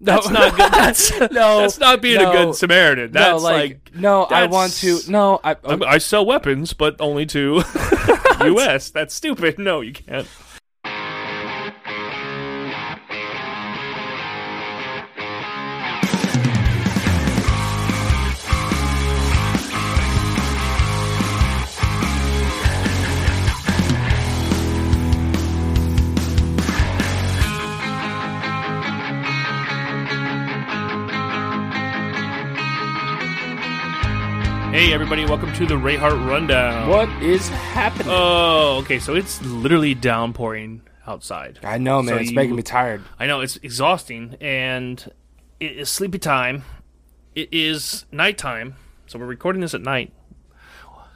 That's not good. That's No, That's not being a no, good Samaritan. no, That's like, no. I that's- want to. No, I. uh, I'm- I sell weapons, but only to U.S. That's stupid. No, you can't. Hey, everybody! Welcome to the Rayhart Rundown. what is happening? Oh, okay. So it's literally downpouring outside. I know, man. so it's you- making me tired. I know it's exhausting, and it is sleepy time. It is nighttime, so we're recording this at night.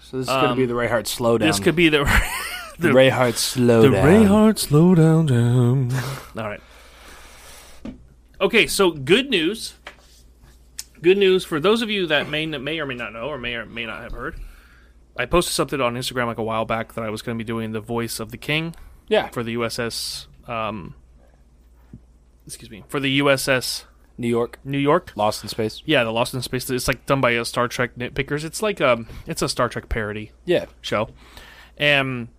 So this is gonna be the Rayhart slowdown. um, This could be the the Rayhart slowdown. slow down jam. uh, All right. Okay, so good news. Good news for those of you that may may or may not know, or may or may not have heard. I posted something on Instagram like a while back that I was going to be doing the voice of the king Yeah, for the USS. Um, excuse me, for the USS New York, New York. Lost in Space. Yeah, the Lost in Space. It's like done by a Star Trek nitpickers. It's like um, it's a Star Trek parody Yeah, show. Um,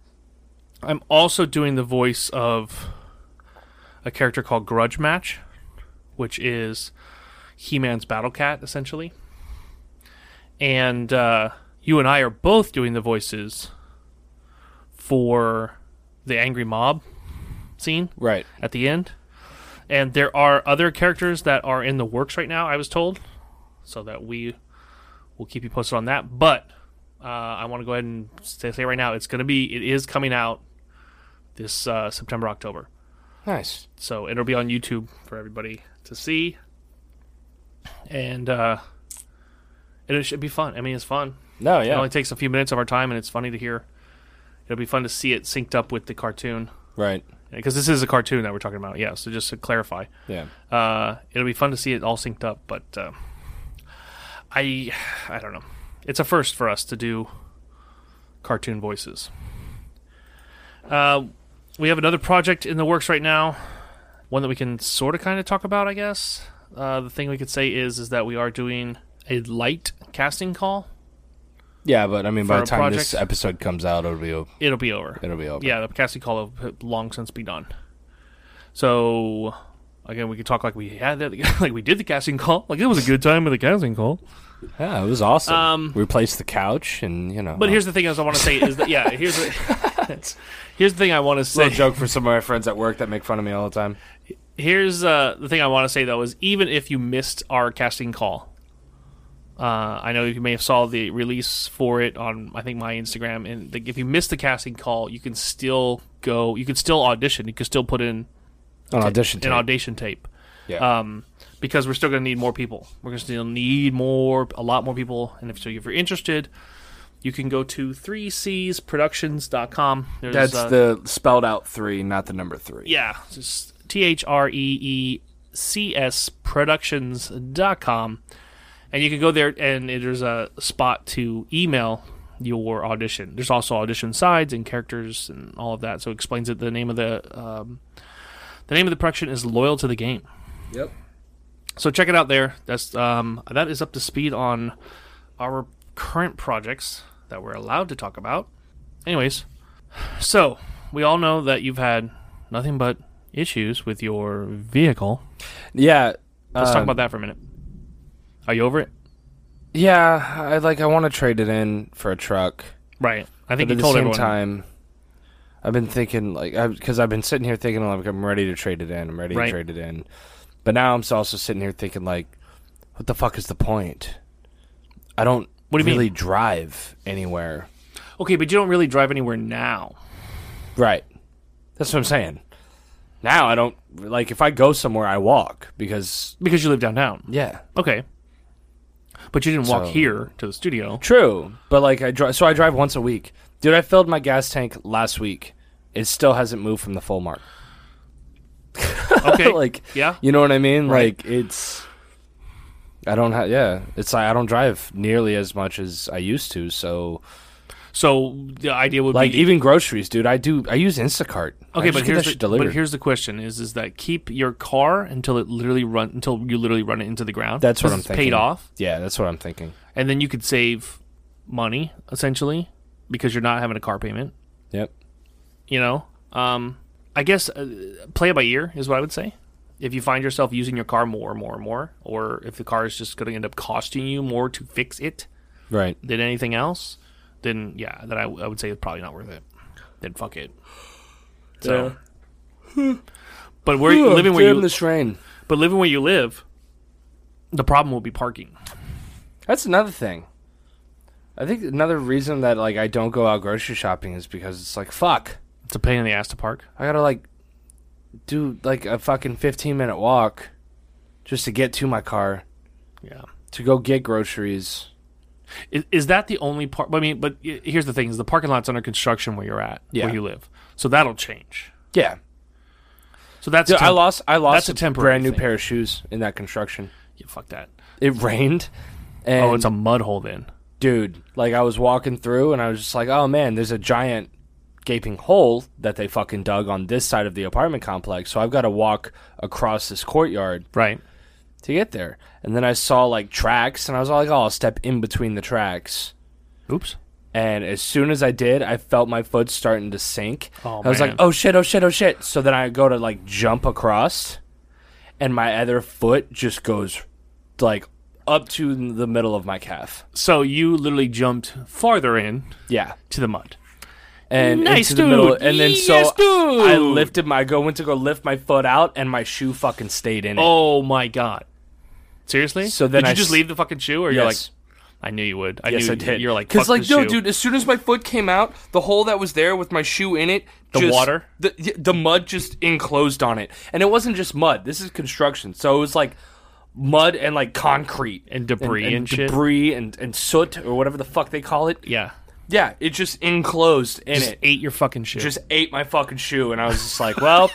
I'm also doing the voice of a character called Grudge Match, which is He-Man's Battle Cat, essentially. And uh, you and I are both doing the voices for the angry mob scene right. at the end. And there are other characters that are in the works right now, I was told. So that we will keep you posted on that. But uh, I want to go ahead and say, say right now it's going to be, it is coming out this uh, September, October. Nice. So it'll be on YouTube for everybody to see. And uh, and it should be fun. I mean, it's fun. No, It only yeah, takes a few minutes of our time, and it's funny to hear. It'll be fun to see it synced up with the cartoon. right. Because this is a cartoon that we're talking about, yeah. So just to clarify, Yeah. uh, it'll be fun to see it all synced up, but uh, I I don't know. It's a first for us to do cartoon voices. Uh, we have another project in the works right now, one that we can sort of kind of talk about, I guess. Uh, the thing we could say is is that we are doing a light casting call. Yeah, but I mean, by For the a time project- this episode comes out, it'll be o- It'll be over. it'll be over. Yeah, the casting call will have long since be done. So again, we could talk like we had that, like we did the casting call, like it was a good time with the casting call. Yeah, it was awesome. Um, we replaced the couch, and you know. uh, But here's the thing is I want to say is that yeah, here's the, here's the thing I want to a say. little joke for some of my friends at work that make fun of me all the time. Here's uh, the thing I want to say though is even if you missed our casting call, uh, I know you may have saw the release for it on I think my Instagram, and like, if you missed the casting call, you can still go, you can still audition, you can still put in An audition. an tape. audition tape. yeah. um, because we're still going to need more people. We're going to still need more, a lot more people. And if so, if you're interested, you can go to 3csproductions.com. There's, That's uh, the spelled out three, not the number three. yeah, T H R E E C S productions.com. And you can go there and it- there's a spot to email your audition. There's also audition sides and characters and all of that. So it explains it. The name of the um, the name of the production is Loyal to the Game. Yep. So check it out there. That's um, that is up to speed on our current projects that we're allowed to talk about. Anyways, so we all know that you've had nothing but issues with your vehicle. Yeah. Let's um, talk about that for a minute. Are you over it? Yeah, I like. I want to trade it in for a truck. Right. I think But you at the told same everyone. time, I've been thinking like because I've been sitting here thinking like I'm ready to trade it in. I'm ready Right. to trade it in, but now I'm also sitting here thinking like, what the fuck is the point? I don't. What do you mean? really drive anywhere? Okay, but you don't really drive anywhere now. Right. That's what I'm saying. Now I don't like if I go somewhere I walk because Because you live downtown. yeah Okay. But you didn't walk So- here to the studio. true but like I drive so I drive once a week dude I filled my gas tank last week it still hasn't moved from the full mark Okay. like yeah. You know what I mean? Right. Like it's I don't have yeah, it's like I don't drive nearly as much as I used to, so So the idea would Like be even groceries, dude. I do. I use Instacart. I Okay, just get but that here's shit the, but delivered. here's the question: is is that keep your car until it literally run until you literally run it into the ground? That's what 'Cause I'm it's Paid thinking. off, yeah, that's what I'm thinking. and then you could save money essentially because you're not having a car payment. Yep. You know, um, I guess uh, play it by ear is what I would say. If you find yourself using your car more and more and more, or if the car is just going to end up costing you more to fix it Right. than anything else, then yeah, then I, I would say it's probably not worth it. Then fuck it. So, but where Oh, living where you this rain. But living where you live, the problem will be parking. That's another thing. I think another reason that like I don't go out grocery shopping is because it's like fuck. It's a pain in the ass to park. I gotta like do like a fucking fifteen minute walk just to get to my car Yeah. to go get groceries. Is, is that the only part? I mean, but i- here's the thing: is the parking lot's under construction where you're at, Yeah. where you live. So that'll change. Yeah, So that's Dude, a I temp- lost. I lost that's a temporary brand new thing. pair of shoes in that construction. Yeah, fuck that. It rained. And oh, it's a mud hole then. dude, like I was walking through and I was just like, oh man, there's a giant gaping hole that they fucking dug on this side of the apartment complex. So I've got to walk across this courtyard Right. to get there. And then I saw like tracks and I was like, oh, I'll step in between the tracks. Oops. And as soon as I did, I felt my foot starting to sink. Oh, I was man. like, oh shit, oh shit, oh shit. So then I go to like jump across and my other foot just goes like up to the middle of my calf. So you literally jumped farther in Yeah. to the mud. and Nice, into the middle, dude. and then so Yes, dude. I lifted my, I go went to go lift my foot out, and my shoe fucking stayed in it. Oh my god. Seriously? So then did you I just s- leave the fucking shoe, or you're like, Yes. I knew you would. I yes, knew I did. You're like, because fuck like this no, shoe. dude, as soon as my foot came out, the hole that was there with my shoe in it, the water? the y- the mud just enclosed on it, and it wasn't just mud. This is construction, so it was like mud and like concrete And debris and shit. debris and and soot or whatever the fuck they call it. Yeah. Yeah, it just enclosed in Just it. ate your fucking shoe. just ate my fucking shoe, and I was just like, well,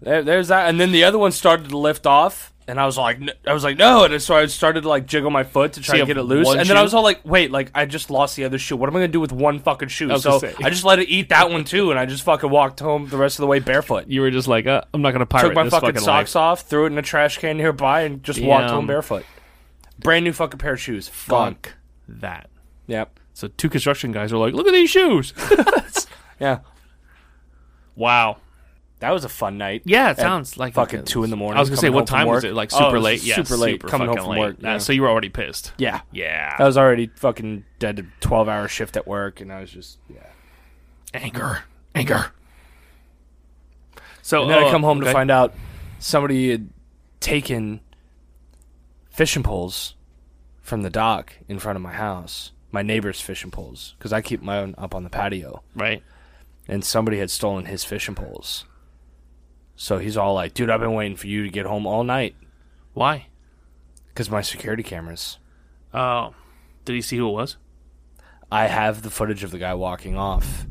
there, there's that. And then the other one started to lift off, and I was like, n- I was like, no. And so I started to like jiggle my foot to try So you to get it have loose, one and then I shoe? was all like, wait, like I just lost the other shoe. What am I gonna do with one fucking shoe? was So gonna say. I just let it eat that one too, and I just fucking walked home the rest of the way barefoot. you were just like, uh, I'm not gonna pirate Took my this fucking, fucking life. socks off, threw it in a trash can nearby, and just walked Damn. home barefoot. Brand new fucking pair of shoes. Gone. Fuck that. Yep. So two construction guys are like, look at these shoes. Yeah. wow. That was a fun night. Yeah, it sounds like fucking two in the morning. I was gonna say, coming home what from time was work. it? Like Oh, super was late. Yeah, super late. coming home fucking from late. work. Nah, yeah. So you were already pissed. yeah, Yeah. I was already fucking dead to twelve hour shift at work, and I was just yeah. anger, anger. So And then I oh, come home to okay. find out somebody had taken fishing poles from the dock in front of my house. My neighbor's fishing poles, because I keep my own up on the patio, right. and somebody had stolen his fishing poles. So he's all like, "Dude, I've been waiting for you to get home all night Why? because my security cameras." Oh, did he see who it was? I have the footage of the guy walking off,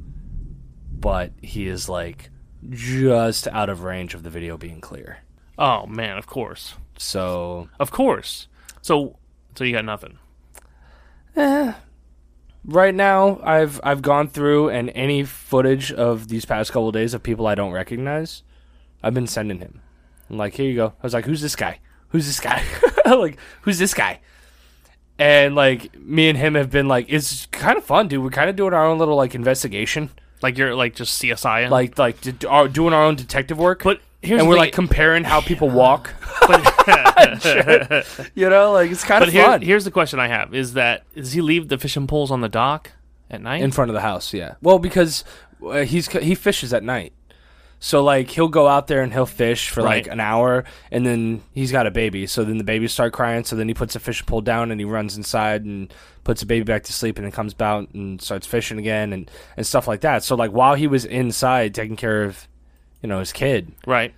but he is like just out of range of the video being clear. Oh man, of course, So of course. So so you got nothing. right now, I've I've gone through and any footage of these past couple days of people I don't recognize, I've been sending him. I'm like, here you go. I was like, who's this guy? Who's this guy? like, who's this guy? And like, me and him have been like, it's kind of fun, dude. We're kind of doing our own little like investigation, Like you're like just CSI. -ing? like like d- our, doing our own detective work. but here's and the we're thing- like comparing how people walk. you know, like it's kind but of here, fun. here's the question I have: Is that does he leave the fishing poles on the dock at night? in front of the house, yeah. Well, because uh, he's he fishes at night, so like he'll go out there and he'll fish for like Right. an hour, and then he's got a baby, so then the babies start crying, so then he puts a fish pole down and he runs inside and puts the baby back to sleep, and then comes out and starts fishing again and and stuff like that. So like while he was inside taking care of, you know, his kid, right.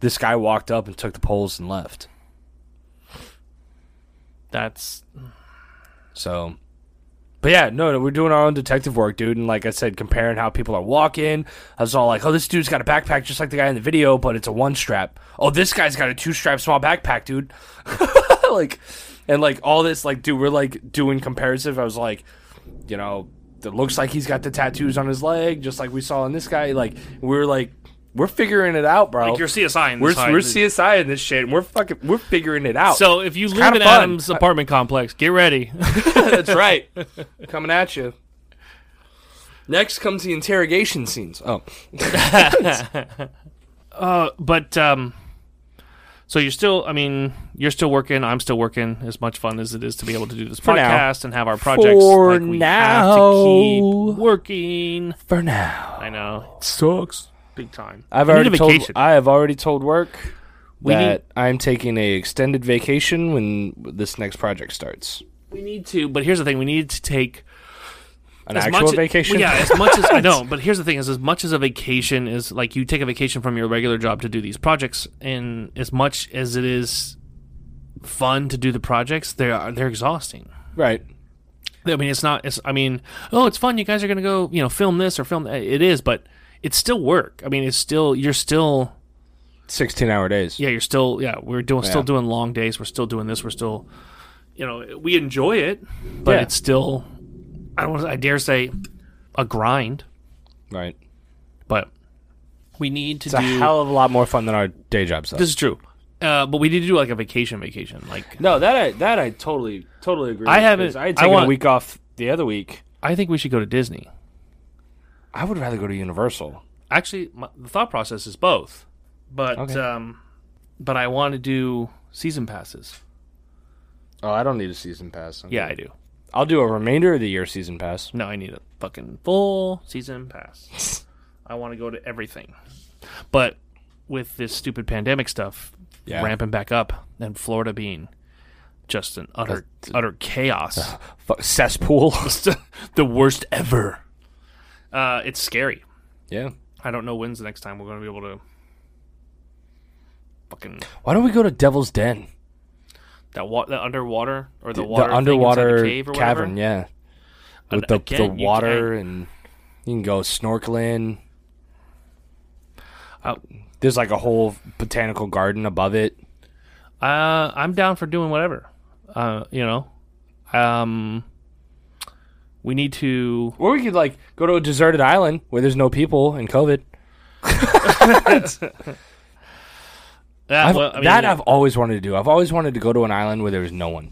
this guy walked up and took the poles and left. That's So, but yeah, no, no, we're doing our own detective work, dude. And like I said, comparing how people are walking, I was all like, oh, this dude's got a backpack just like the guy in the video, but it's a one strap. Oh, this guy's got a two strap small backpack, dude. like, and like all this, like, dude, we're like doing comparative. I was like, you know, that looks like he's got the tattoos on his leg, just like we saw in this guy. Like we're like we're figuring it out, bro. Like your CSI in we're this side we're is- CSI in this shit. And we're fucking we're figuring it out. So if you live kinda in fun. Adam's apartment complex, get ready. that's right, coming at you. Next comes the interrogation scenes. Oh, uh, but um, so you're still. I mean, you're still working. I'm still working. As much fun as it is to be able to do this now. podcast and have our projects, For like we have to now. keep working. for now I know, sucks. big time. I've You need already a told. vacation. I have already told work We that I'm taking a extended vacation when this next project starts. We need to, but here's the thing: we need to take An as actual much vacation. Well, yeah, as much as I know. But here's the thing: is as much as a vacation is like you take a vacation from your regular job to do these projects, and as much as it is fun to do the projects, they are they're exhausting. right. I mean, it's not. It's, I mean, oh, it's fun. You guys are gonna go, you know, film this or film. That. It is, but it's still work. I mean, it's still you're still Sixteen hour days. yeah, you're still yeah. We're doing still Yeah. doing long days. We're still doing this. We're still, you know, we enjoy it, but Yeah. it's still. I don't. wanna- I dare say, a grind, Right. but we need to It's a do. hell of a lot more fun than our day job stuff. this is true, uh, but we need to do like a vacation, vacation. Like no, that I that I totally totally agree. I with, haven't- 'cause I had I taken want- a week off the other week. I think we should go to Disney. I would rather go to Universal. actually my, the thought process is both but Okay. um but i want to do season passes Oh, I don't need a season pass. yeah i do I'll do a remainder of the year season pass. no i need a fucking full season pass i want to go to everything but with this stupid pandemic stuff Yeah. ramping back up and florida being just an utter utter chaos Fuck, cesspool. the worst ever uh it's scary yeah. i don't know when's the next time we're going to be able to fucking Why don't we go to Devil's Den? That wa- the underwater or the The, water thing inside underwater the cave or whatever? cavern. Yeah. And With the, the again, you water and you can go snorkeling. Uh, There's like a whole botanical garden above it. can- uh, I'm down for doing whatever. Uh, you know, um, we need to. Or we could like go to a deserted island where there's no people and COVID. That, I've, ah, well, I mean, that I've always wanted to do. I've always wanted to go to an island where there was no one,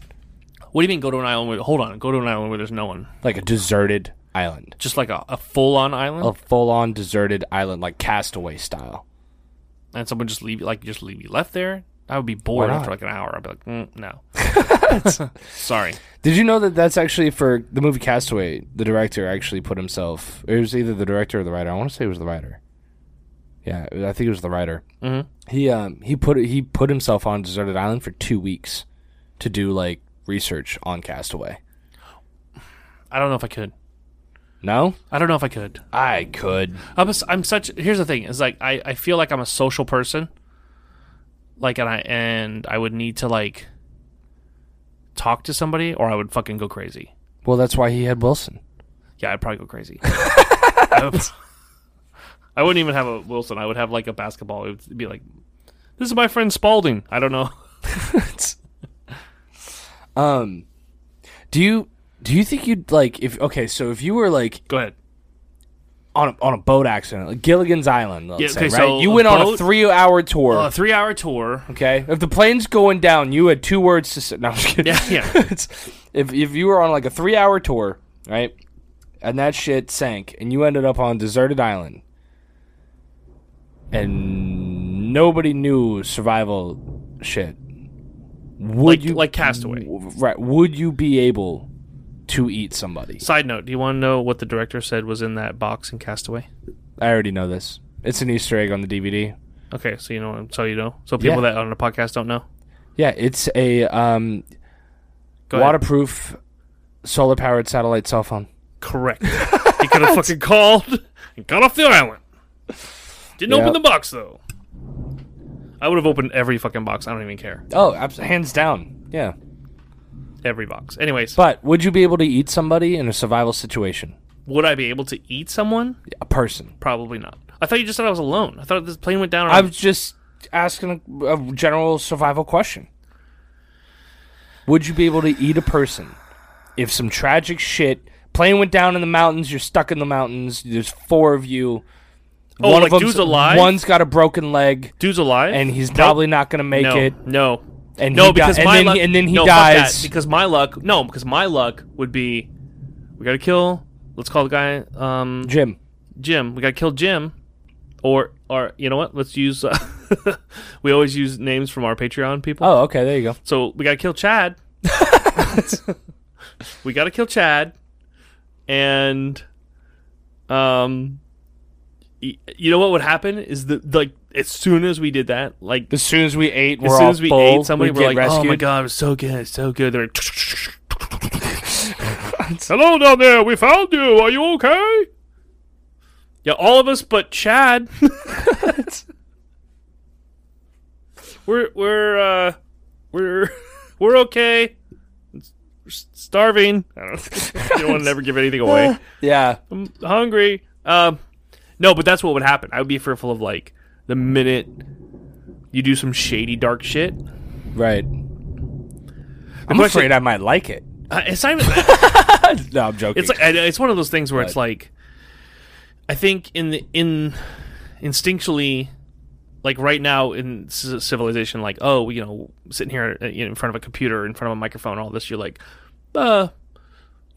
what do you mean? Go to an island? Where, hold on. Go to an island where there's no one. like a deserted island, Just like a, a full-on island, a full-on deserted island, like Castaway style. and someone just leave you, like just leave you left there. I would be bored Why not? after like an hour. I'd be like, mm, no. Sorry. Did you know that that's actually for the movie Castaway? The director actually put himself. It was either the director or the writer. I want to say it was the writer. Yeah, I think it was the writer. Mhm. He um he put he put himself on a deserted island for two weeks to do like research on Castaway. I don't know if I could. No, I don't know if I could. I could. I'm, a s I'm such. Here's the thing: is like I, I feel like I'm a social person. Like and I and I would need to like talk to somebody, or I would fucking go crazy. Well, that's why he had Wilson. Yeah, I'd probably go crazy. I, would, I wouldn't even have a Wilson. I would have like a basketball. It would be like, "This is my friend Spalding." I don't know. Um, do you do you think you'd like if okay? So if you were like Go ahead. on a, on a boat accident, like Gilligan's Island, let's Yeah, say, okay, right? so you a went on a boat- three-hour tour. A Uh, three-hour tour. okay, if the plane's going down, you had two words to say. No, I'm just kidding. Yeah, yeah. It's- if if you were on like a three-hour tour, right, and that shit sank, and you ended up on a deserted island, and nobody knew survival shit. Would Like you like Castaway. w- right would you be able to eat somebody Side note: Do you want to know what the director said was in that box in Castaway? i already know this it's an easter egg on the dvd Okay, so you know, so you know, so people Yeah. that on the podcast don't know. yeah it's a um, Go ahead. waterproof solar powered satellite cell phone Correct. he could have fucking called and got off the island. Didn't Yeah. open the box though. I would have opened every fucking box. I don't even care. oh abs- hands down yeah Every box. Anyways, but would you be able to eat somebody in a survival situation would I be able to eat someone? a person Probably not. I thought you just said I was alone. I thought this plane went down. i'm just asking a, a general survival question would you be able to eat a person if some tragic shit Plane went down in the mountains. You're stuck in the mountains. There's four of you. Oh, One like, of them's- dude's alive? One's got a broken leg, Dude's alive, and he's Nope. probably not gonna make no, it. No, And he no, di- because and my then luck, he, and then he no, fuck that, dies. because my luck. No, because my luck would be, we gotta kill. Let's call the guy um, Jim. Jim. We gotta kill Jim, or or you know what? Let's use. Uh, we always use names from our Patreon people. Oh, okay. There you go. So we gotta kill Chad. we gotta kill Chad, and um, y- you know what would happen is that like as soon as we did that, like As soon as we ate, as we're soon all as we full. ate somebody, we are get like, rescued. "Oh my god, it was so good, it's so good." They're like, "Hello down there, we found you. Are you okay?" Yeah, all of us but Chad. we're we're uh, we're we're okay. We're s- starving. I don't. Know. you don't want to never give anything away. Yeah. I'm hungry. Um, no, but that's what would happen. I would be fearful of like the minute you do some shady dark shit. Right. I'm question- afraid I might like it. Uh, it's not even that. No, I'm joking. It's like I- it's one of those things where it's like I think in the in instinctually like right now in c- civilization like oh you know sitting here uh, you know, in front of a computer in front of a microphone all this you're like uh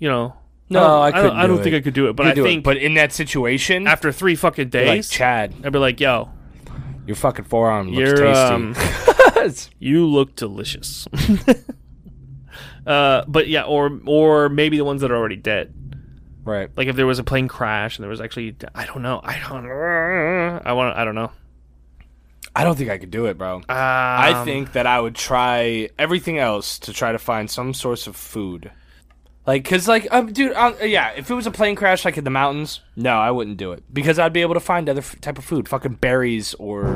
you know No, I don't, couldn't I don't do think it. I could do it but You I do it, think but in that situation, after 3 fucking days like Chad, I'd be like yo your fucking forearm looks you're tasty. um you look delicious uh but yeah or or maybe the ones that are already dead right. like if there was a plane crash and there was actually I don't know I don't I want I don't know I don't think I could do it, bro. I Um, think that I would try everything else to try to find some source of food. Like, cause like, um, dude, um, yeah. If it was a plane crash, like in the mountains, no, I wouldn't do it because I'd be able to find other f- type of food, fucking berries or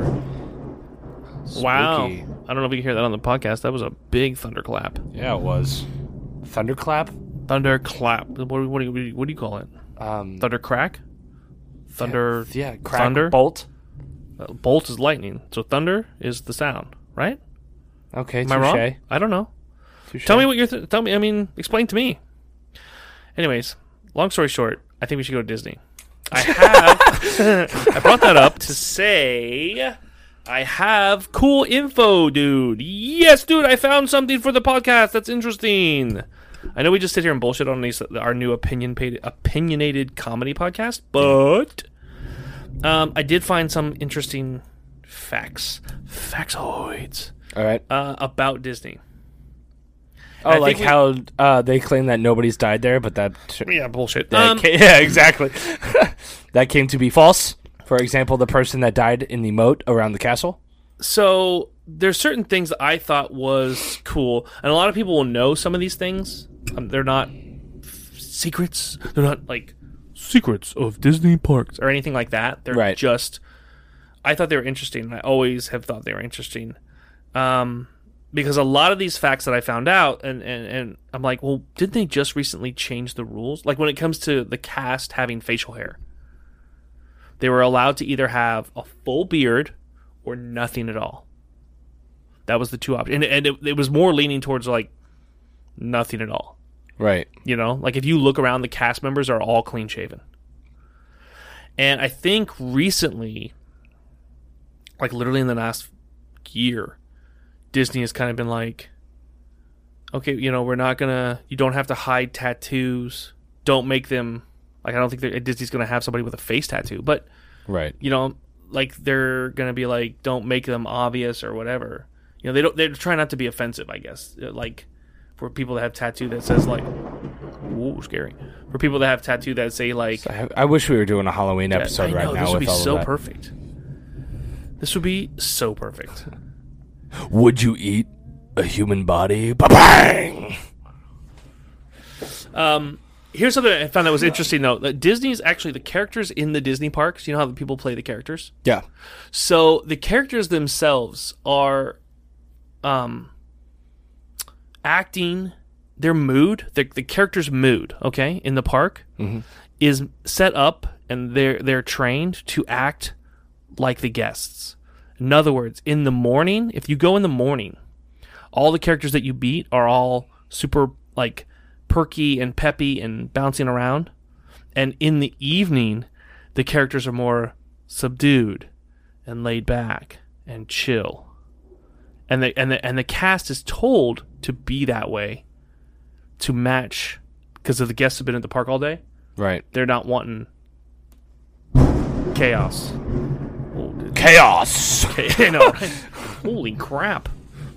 wow I Spooky. don't know if you can hear that on the podcast that was a big thunderclap yeah, it was thunderclap. thunderclap what, do- what, do you- what do you call it Um, thunder crack thunder yeah, crack thunder? bolt. uh, bolt is lightning so thunder is the sound right Okay, am I wrong I don't know tell me what you're th- tell me I mean explain to me anyways long story short I think we should go to Disney I have I brought that up to say I have cool info, dude. Yes, dude, I found something for the podcast that's interesting. I know we just sit here and bullshit on these, our new opinion paid, opinionated comedy podcast, but um, I did find some interesting facts, factsoids All right. uh, about Disney. Oh, I like think we- how uh, they claim that nobody's died there, but that Yeah, bullshit. that Um, ca- yeah, exactly. that came to be false. For example, the person that died in the moat around the castle. so there's certain things that I thought was cool, and a lot of people will know some of these things. Um, they're not f- secrets. They're not like secrets of Disney parks or anything like that. They're Right. just. I thought they were interesting. and I always have thought they were interesting, um, because a lot of these facts that I found out, and and and I'm like, well, didn't they just recently change the rules? Like when it comes to the cast having facial hair, they were allowed to either have a full beard or nothing at all. That was the two options, and, and it, it was more leaning towards like nothing at all. Right. You know, like if you look around, the cast members are all clean shaven. And I think recently, like literally in the last year, Disney has kind of been like, okay, you know, we're not gonna, you don't have to hide tattoos. Don't make them, like, I don't think that Disney's gonna have somebody with a face tattoo, but Right. you know, like they're gonna be like, don't make them obvious or whatever. You know, they don't. They're trying not to be offensive, I guess. Uh, Like for people that have tattoo that says like, ooh, scary. For people that have tattoo that say like, I, I wish we were doing a Halloween episode I right know, now this with would be all so of that. perfect. This would be so perfect. Would you eat a human body? Bang! Um, here's something I found that was interesting though. That Disney's actually the characters in the Disney parks. You know how the people play the characters. Yeah. So the characters themselves are um acting their mood, the, the character's mood, okay, in the park is set up and they're they're trained to act like the guests. In other words, in the morning, if you go in the morning, all the characters that you beat are all super like perky and peppy and bouncing around. And in the evening, the characters are more subdued and laid back and chill. And the and the and the cast is told to be that way to match because the guests have been at the park all day. Right. They're not wanting chaos. Oh, dude. Chaos. Okay, I know, right? Holy crap.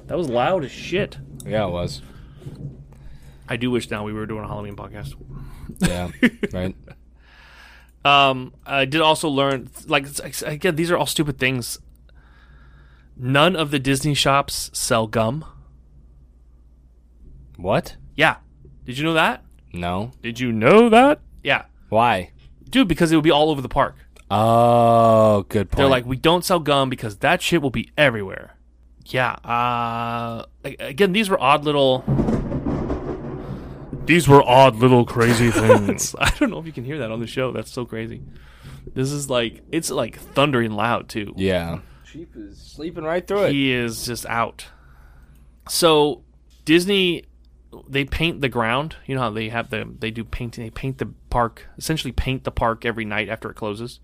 That was loud as shit. Yeah, it was. I do wish now we were doing a Halloween podcast. Yeah. right. Um, I did also learn, like, it's- again, these are all stupid things. None of the Disney shops sell gum. What? Yeah. Did you know that? No. Did you know that? Yeah. Why? Dude, because it would be all over the park. Oh, good point. They're like, we don't sell gum because that shit will be everywhere. Yeah. Uh, a- again, these were odd little. These were odd little crazy things. I don't know if you can hear that on the show. That's so crazy. This is like it's like thundering loud too. yeah. Sheep is sleeping right through He is just out. So Disney, they paint the ground. You know how they have the they do painting. They paint the park essentially paint the park every night after it closes.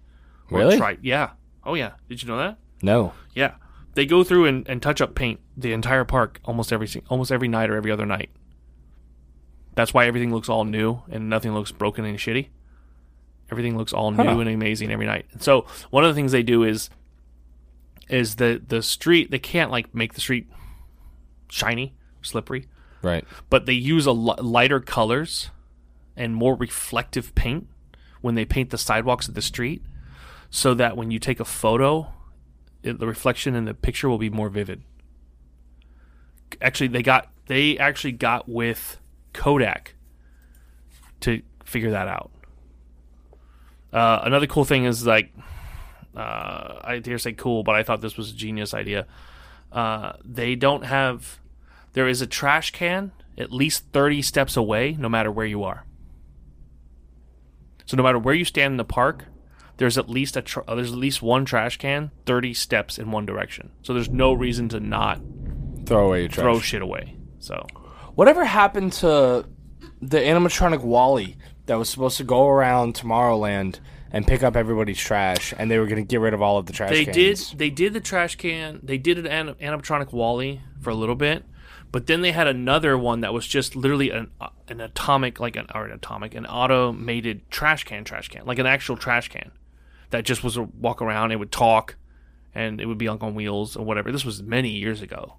Or Really? try- yeah. Oh yeah. Did you know that? No. Yeah, they go through and, and touch up paint the entire park almost every sing- almost every night or every other night. That's why everything looks all new and nothing looks broken and shitty. Everything looks all new Huh. and amazing every night. So one of the things they do is is the the street they can't like make the street shiny, slippery, Right. but they use a li- lighter colors and more reflective paint when they paint the sidewalks of the street so that when you take a photo it, the reflection in the picture will be more vivid actually they got they actually got with kodak to figure that out uh, another cool thing is like uh, i dare say cool but i thought this was a genius idea uh, they don't have there is a trash can at least 30 steps away, no matter where you are. So no matter where you stand in the park, there's at least a tr- uh, there's at least one trash can 30 steps in one direction. So there's no reason to not Throw away your trash. throw shit away. So Whatever happened to the animatronic Wally that was supposed to go around Tomorrowland and pick up everybody's trash, and they were going to get rid of all of the trash they cans? did they did the trash can, they did an anim- animatronic Wally for a little bit, but then they had another one that was just literally an uh, an atomic like an or an atomic an automated trash can trash can, like an actual trash can. that just was a walk around. It would talk, and it would be like on wheels or whatever. This was many years ago.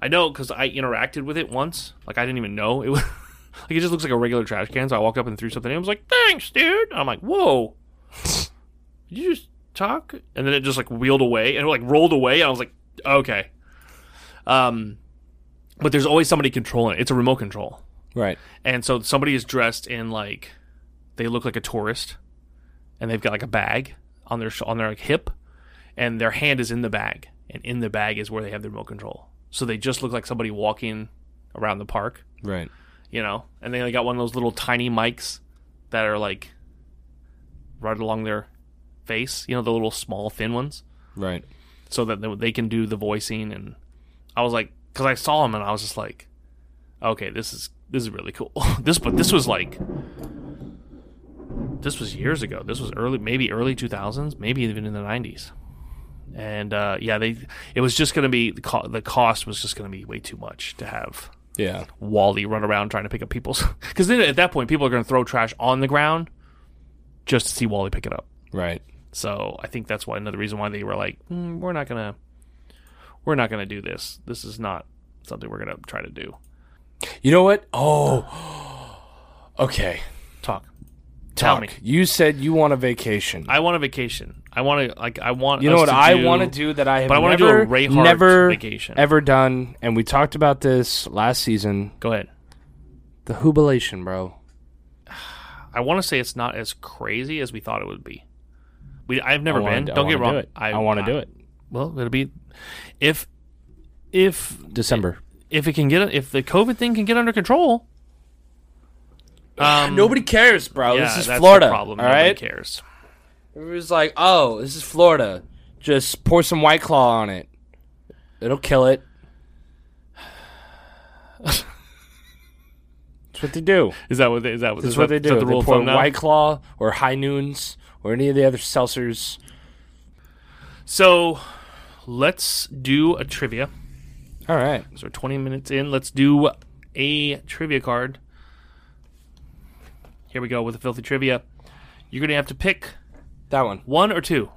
I know because I interacted with it once. Like I didn't even know it was. like it just looks like a regular trash can. So I walked up and threw something. in. It was like, "Thanks, dude." And I'm like, "Whoa, did you just talk?" And then it just like wheeled away and it, like rolled away. And I was like, "Okay." Um, but there's always somebody controlling it. It's a remote control. Right. And so somebody is dressed in like they look like a tourist, and they've got like a bag on their sh- on their like, hip, and their hand is in the bag, and in the bag is where they have their remote control. So they just look like somebody walking around the park, Right. you know. And they got one of those little tiny mics that are like right along their face, you know, the little small thin ones Right. so that they- they can do the voicing and i was like because i saw him and i was just like okay this is this is really cool this but this was like this was years ago this was early maybe early 2000s maybe even in the 90s and uh, yeah they it was just going to be the, co- the cost was just going to be way too much to have Yeah. wally run around trying to pick up people's because then at that point people are going to throw trash on the ground just to see wally pick it up Right. so I think that's why another reason why they were like, "Mm, we're not gonna, we're not gonna do this. This is not something we're gonna try to do. You know what? Oh. Okay. Talk. Tell Talk. me. You said you want a vacation. I want a vacation. I want to like. I want. you know us what to I do- want to do that I have but I wanna never, do a Ray Hart never vacation. ever done, and we talked about this last season. Go ahead. The jubilation, bro. I want to say it's not as crazy as we thought it would be. We I've never I wanna- been. I Don't get wanna wrong. Do it. I, want to do it. Well, it'll be if if December. if it can get if the COVID thing can get under control. Um, Nobody cares, bro. yeah, this is that's Florida. The problem. All Nobody right. cares. Everybody's like, "Oh, this is Florida. Just pour some White Claw on it. It'll kill it." That's That's what they do. Is that what they, is that That's is what that- they is do. that the rule they of pour thumb now? White Claw or High Noons or any of the other seltzers. So let's do a trivia. All right. So 20 minutes in, let's do a trivia card. Here we go with the filthy trivia. You're going to have to pick That one. one or two.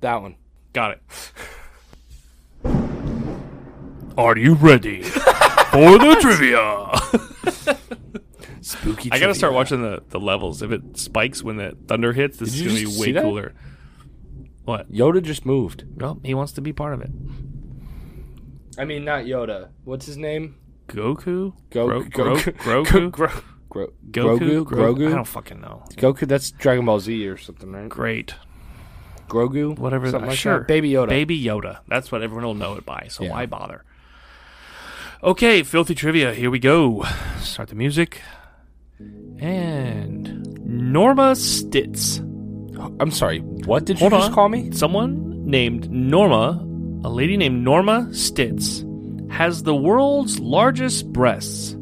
That one. Got it. Are you ready for the trivia? Spooky. I got to start watching the, the levels. If it spikes when the thunder hits, this Did is you going to just be way see that? cooler. What? Yoda just moved. Well, he wants to be part of it. I mean, not Yoda. What's his name? Goku? Go- Gro- Gro- Goku- Grogu? Gro- Goku? Grogu. Grogu. I don't fucking know. Goku. That's Dragon Ball Z or something, right? Great. Grogu. whatever Something uh, like sure that. Baby Yoda. baby yoda that's what everyone will know it by so Yeah. why bother okay filthy trivia here we go start the music and norma stitz I'm sorry. What did Hold you just on. call me? someone named norma a lady named norma stitz has the world's largest breasts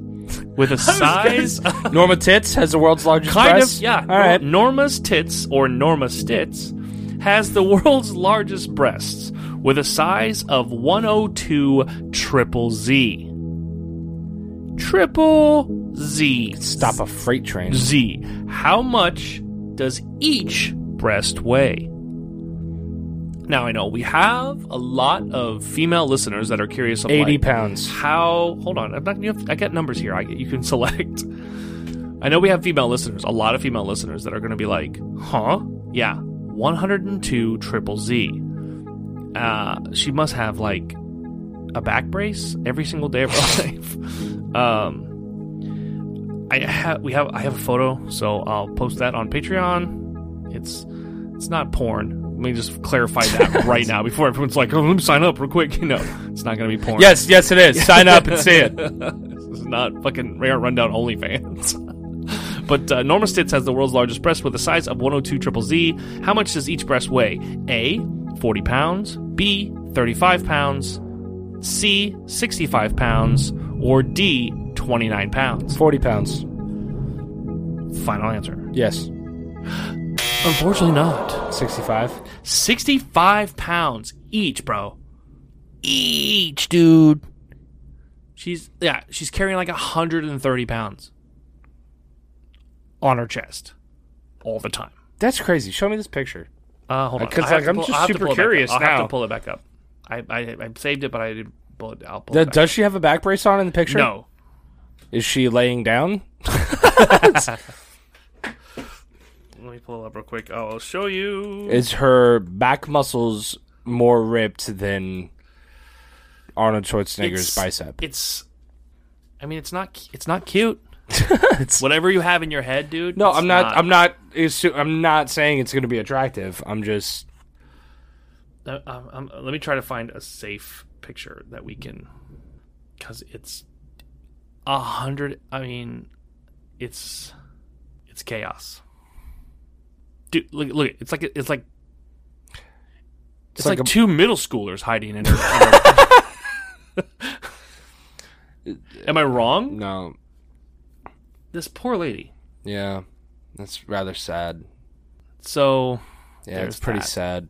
with a size Norma Tits has the world's largest kind breasts? of yeah All right. norma's tits or norma stitz has the world's largest breasts with a size of 102 triple z triple z Stop a freight train. z how much does each breast weigh now i know we have a lot of female listeners that are curious of like, 80 pounds. how hold on i'm not you have, i got numbers here i get you can select i know we have female listeners a lot of female listeners that are going to be like huh yeah 102 triple z uh she must have like a back brace every single day of her life um i have we have i have a photo so i'll post that on patreon it's it's not porn let me just clarify that right now before everyone's like oh let me sign up real quick you know it's not going to be porn Yes, yes, it is. Sign up and see it. this is not fucking rare rundown OnlyFans. but uh, Norma Stitz has the world's largest breast with a size of 102 triple Z. How much does each breast weigh? A. 40 pounds. B. 35 pounds. C. 65 pounds. Or D. 29 pounds. 40 pounds. Final answer. Yes. Unfortunately, not. 65. 65 pounds each, bro. Each, dude. She's yeah, she's carrying like 130 pounds on her chest all the time. That's crazy. Show me this picture. Uh, hold on, 'Cause, I have like, to I'm pull- just I have to super pull it back up. curious I'll have now. to pull it back up. I I, I saved it, but I didn't pull it. I'll pull Th- it back. does she have a back brace on in the picture? no, Is she laying down? let me pull it up real quick. Oh, I'll show you. Is her back muscles more ripped than Arnold Schwarzenegger's It's- bicep? It's, I mean, it's not it's not cute. It's- Whatever you have in your head, dude. no, it's I'm not, I'm not. assu- I'm not saying it's going to be attractive. I'm just. Uh, um, um, let me try to find a safe picture that we can because it's a hundred i mean it's it's chaos dude look, look it's like it's like it's, like like, a- two middle schoolers hiding in her, in her- am i wrong No. this poor lady Yeah, that's rather sad. so Yeah, There's it's pretty that. sad.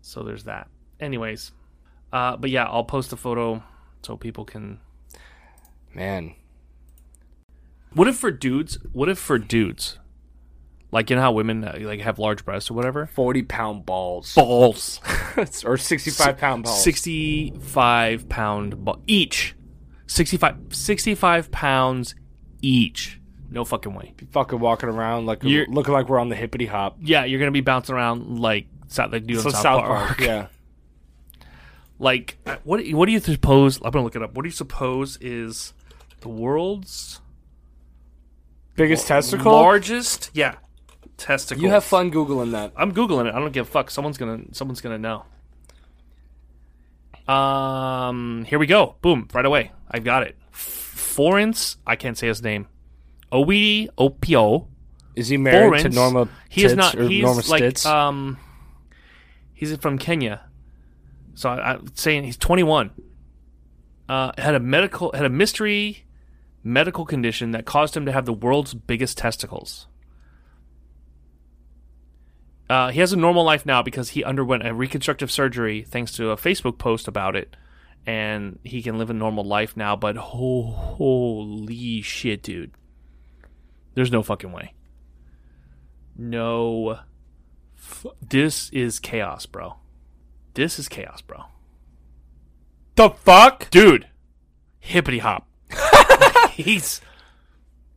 so there's that anyways uh but yeah i'll post a photo so people can Man, What if for dudes? What if for dudes? Like you know how women uh, like have large breasts or whatever. forty pound balls, Balls, or sixty five pound balls. sixty-five pound ball each, 65, 65 pounds each. No fucking way. Fucking walking around like You're- looking like we're on the hippity hop. Yeah, you're gonna be bouncing around like South, like do on So South, South Park. Park, yeah. Like uh, what? What do you suppose? I'm gonna look it up. What do you suppose is the world's Biggest testicle. largest? Yeah, testicle. you have fun googling that. I'm googling it. I don't give a fuck. Someone's gonna someone's gonna know. Um, here we go. Boom, right away. I've got it. F- Florence, I can't say his name. Owidi Opio. Is he married Florence. to Norma? he is Tits not. Or He's Norma like Stitz? um. He's from Kenya, so I, I'm saying he's 21. Uh, had a medical had a mystery medical condition that caused him to have the world's biggest testicles. Uh, he has a normal life now because he underwent a reconstructive surgery thanks to a Facebook post about it, and he can live a normal life now. But ho- holy shit, dude! There's no fucking way. No. F- this is chaos, bro. This is chaos, bro. The fuck? Dude, hippity hop. He's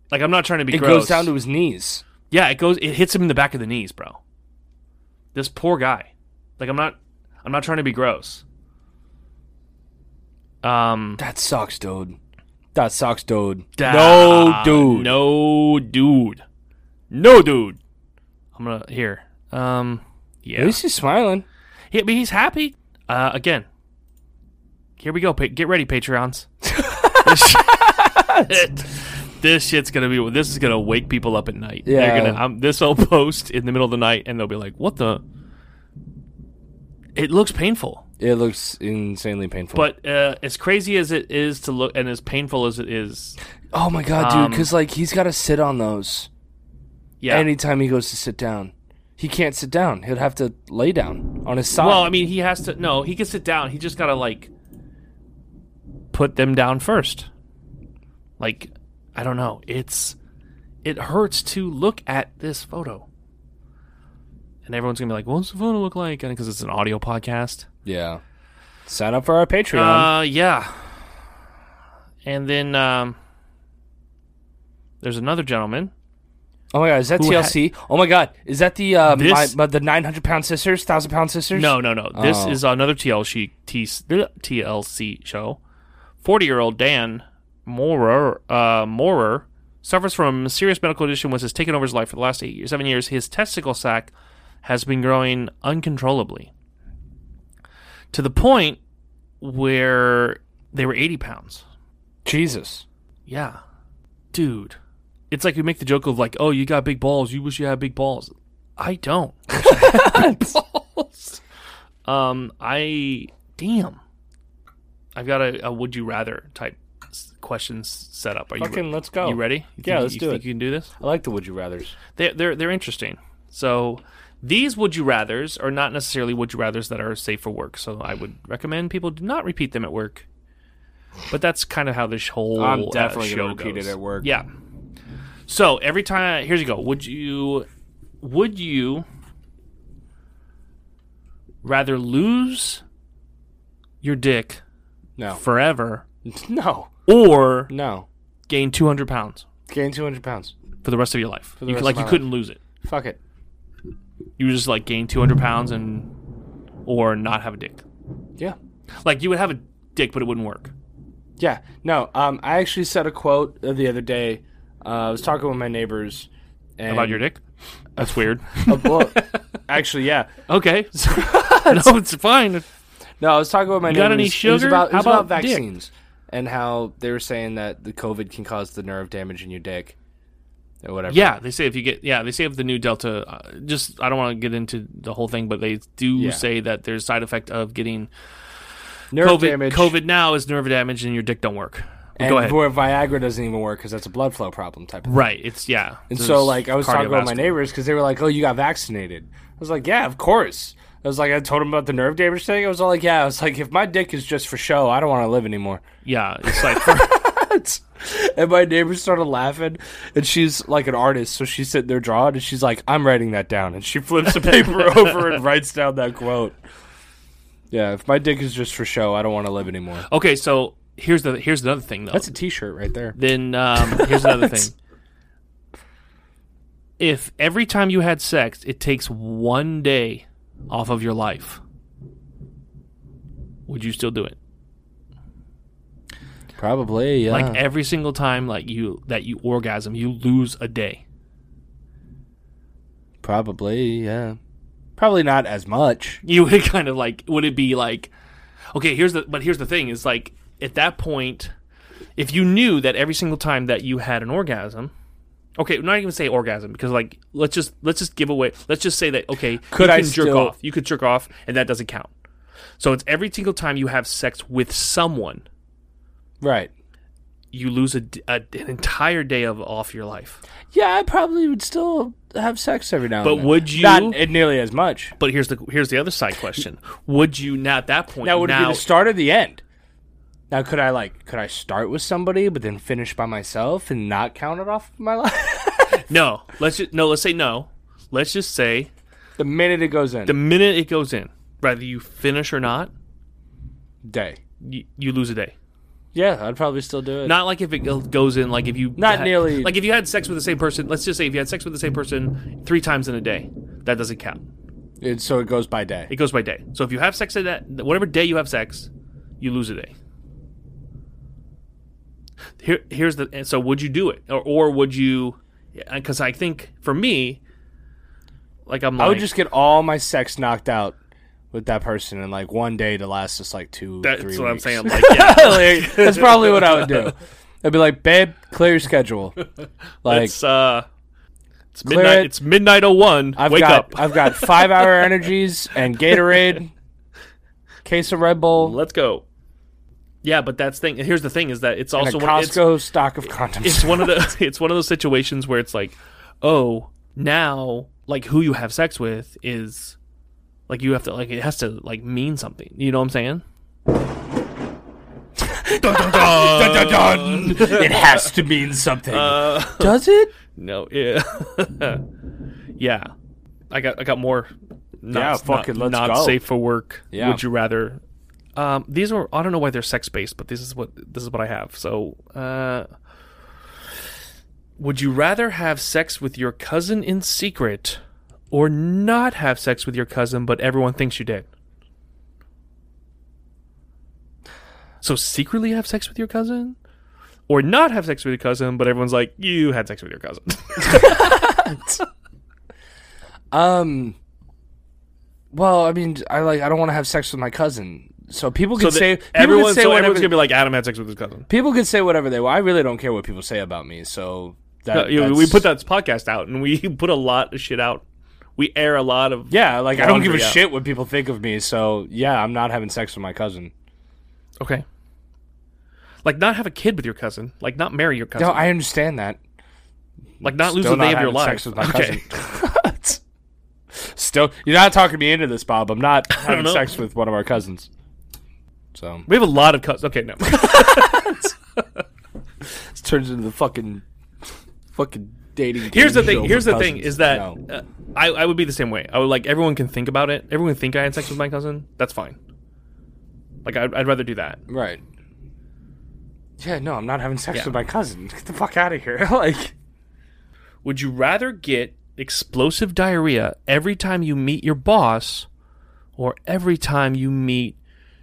like, I'm not trying to be It gross. goes down to his knees. Yeah, it goes. It hits him in the back of the knees, bro. This poor guy. Like I'm not. I'm not trying to be gross. Um. That sucks, dude. That sucks, dude. no, da- dude. No, dude. No, dude. I'm gonna here. Um. At Yeah. least he's smiling. He, but he's happy. Uh. Again. Here we go. Pa- get ready, Patreons. this, shit, this shit's gonna be. This is gonna wake people up at night. Yeah. They're gonna. I'm, this will post in the middle of the night, and they'll be like, "What the." It looks painful, It looks insanely painful. but uh, as crazy as it is to look, and as painful as it is, oh my god, dude, Um, because like he's got to sit on those yeah. anytime he goes to sit down. He can't sit down. He'll have to lay down on his side. Well, I mean, he has to. No, he can sit down. He just gotta like put them down first. Like, I don't know. It's it hurts to look at this photo, and everyone's gonna be like, "What's the photo look like?" And because it's an audio podcast, yeah. Sign up for our Patreon. uh, yeah. And then um, there's another gentleman. oh my god, is that who TLC? oh my god, is that the uh, This- my, but the nine hundred pound sisters, thousand pound sisters? No, no, no. This Oh. is another TLC, T- TLC show. 40 year old Dan Moorer, uh, Moorer suffers from a serious medical condition which has taken over his life for the last eight years, seven years. His testicle sac has been growing uncontrollably to the point where they were 80 pounds. Jesus. Yeah. Dude. It's like we make the joke of like, oh, you got big balls. You wish you had big balls. I don't. I wish I had big balls. Um, I damn. I've got a, a would you rather type s- questions set up. Are you Fucking let's go. You ready? You Yeah, think- let's you do think it. You can do this. I like the would you rather's. They, they're they're interesting. So these would you rather's are not necessarily would you rather's that are safe for work. So I would recommend people do not repeat them at work. But that's kind of how this whole I'm uh, definitely gonna show repeat goes. it at work. Yeah. So every time, here's you go. Would you, would you rather lose your dick No. forever No. or No. gain 200 pounds Gain two hundred pounds. for the rest of your life? the You, rest like of you my couldn't lose it. Fuck it. You just like gain 200 pounds and or not have a dick. Yeah. Like you would have a dick, but it wouldn't work. Yeah. No. Um. I actually said a quote uh, the other day. Uh, I was talking with my neighbors. And, About your dick? That's weird. Uh, well, actually, yeah. okay. no, it's fine. No, I was talking with my You neighbors. got any It was sugar? about, it How was about, about dick? vaccines and how they were saying that the COVID can cause the nerve damage in your dick or whatever. Yeah, they say if you get yeah, they say if the new Delta uh, just I don't want to get into the whole thing, but they do Yeah. say that there's side effect of getting Nerve COVID. damage. COVID now is nerve damage and your dick don't work. But And Go ahead. where Viagra doesn't even work because that's a blood flow problem type of thing. Right. It's yeah. And so, like, I was talking about my cardiovascular. neighbors because they were like, "Oh, you got vaccinated." I was like, "Yeah, of course." I was like, I told them about the nerve damage thing. I was all like, "Yeah." I was like, "If my dick is just for show, I don't want to live anymore." Yeah. It's like for- And my neighbor started laughing, and she's like an artist, so she's sitting there drawing, and she's like, "I'm writing that down," and she flips the paper over and writes down that quote. Yeah, if my dick is just for show, I don't want to live anymore. okay. So here's the here's another thing though. Oh, That's a T-shirt right there. then um, here's another thing. If every time you had sex, it takes one day off of your life, would you still do it? Probably, yeah. Like every single time, like you that you orgasm, you lose a day. probably, yeah. Probably not as much. You would kind of like, would it be like, okay, here's the, but here's the thing is like at that point, if you knew that every single time that you had an orgasm, okay, not even say orgasm because like let's just let's just give away, let's just say that okay, Could you I can jerk still- off, you could jerk off, and that doesn't count. So it's every single time you have sex with someone, Right. you lose a d a an entire day of off your life. Yeah, I probably would still have sex every now. and But then. would you- Not eh, nearly as much. But here's the here's the other side question: Would you now at that point Now would it now be the start or the end? Now could I like could I start with somebody but then finish by myself and not count it off my life? no let's just no let's say no let's just say the minute it goes in, the minute it goes in whether you finish or not day. you, you lose a day. Yeah, I'd probably still do it. Not like if it go- goes in like if you Not had- nearly- like if you had sex with the same person. Let's just say if you had sex with the same person three times in a day, that doesn't count. It- so it goes by day. It goes by day. So if you have sex at that whatever day you have sex, you lose a day. Here, here's the and so would you do it or, or would you? Because I think for me, like I'm like I would just get all my sex knocked out with that person in like one day to last us like two, that's what three I'm weeks. saying. Like yeah, Like, that's probably what I would do. I'd be like, babe, clear your schedule. Like it's uh, it's Clear midnight. it. It's midnight oh one. I've Wake got up. I've got five hour energies and Gatorade, case of Red Bull, Let's go. Yeah, but that's thing. Here's the thing: is that it's and also a one, it's, Costco stock of condoms. it's one of the it's one of those situations where it's like, oh, now like who you have sex with is like you have to like it has to like mean something. You know what I'm saying? it has to mean something. Does it? No. Yeah. yeah. I got I got more. Not, Yeah, fuck it, let's not, not go. safe for work. Yeah. Would you rather? Um, these are I don't know why they're sex based, but this is what this is what I have. So, uh, would you rather have sex with your cousin in secret, or not have sex with your cousin but everyone thinks you did? So secretly have sex with your cousin, or not have sex with your cousin but everyone's like you had sex with your cousin. Um. Well, I mean, I like I don't want to have sex with my cousin, so people can so say say people everyone, can say so whatever. everyone's gonna be like Adam had sex with his cousin. people can say whatever they want. I really don't care what people say about me. So that, Uh, You know, we that's- put that podcast out and we put a lot of shit out. We air a lot of Yeah, like I don't give a Laundry out. shit what people think of me. So yeah, I'm not having sex with my cousin. okay. Like not have a kid with your cousin, like not marry your cousin, No, I understand that. like not lose Still a day not of your having life. sex with my okay. cousin. Still, you're not talking me into this, Bob. I'm not having know. sex with one of our cousins. So We have a lot of cousins. Okay, no. this turns into the fucking, fucking dating. Here's the game thing. show Here's for the thing cousins. is that No. uh, I I would be the same way. I would like everyone can think about it. Everyone think I had sex with my cousin. That's fine. Like I'd, I'd rather do that. right? Yeah, no, I'm not having sex Yeah. with my cousin. Get the fuck out of here! like, Would you rather get explosive diarrhea every time you meet your boss or every time you meet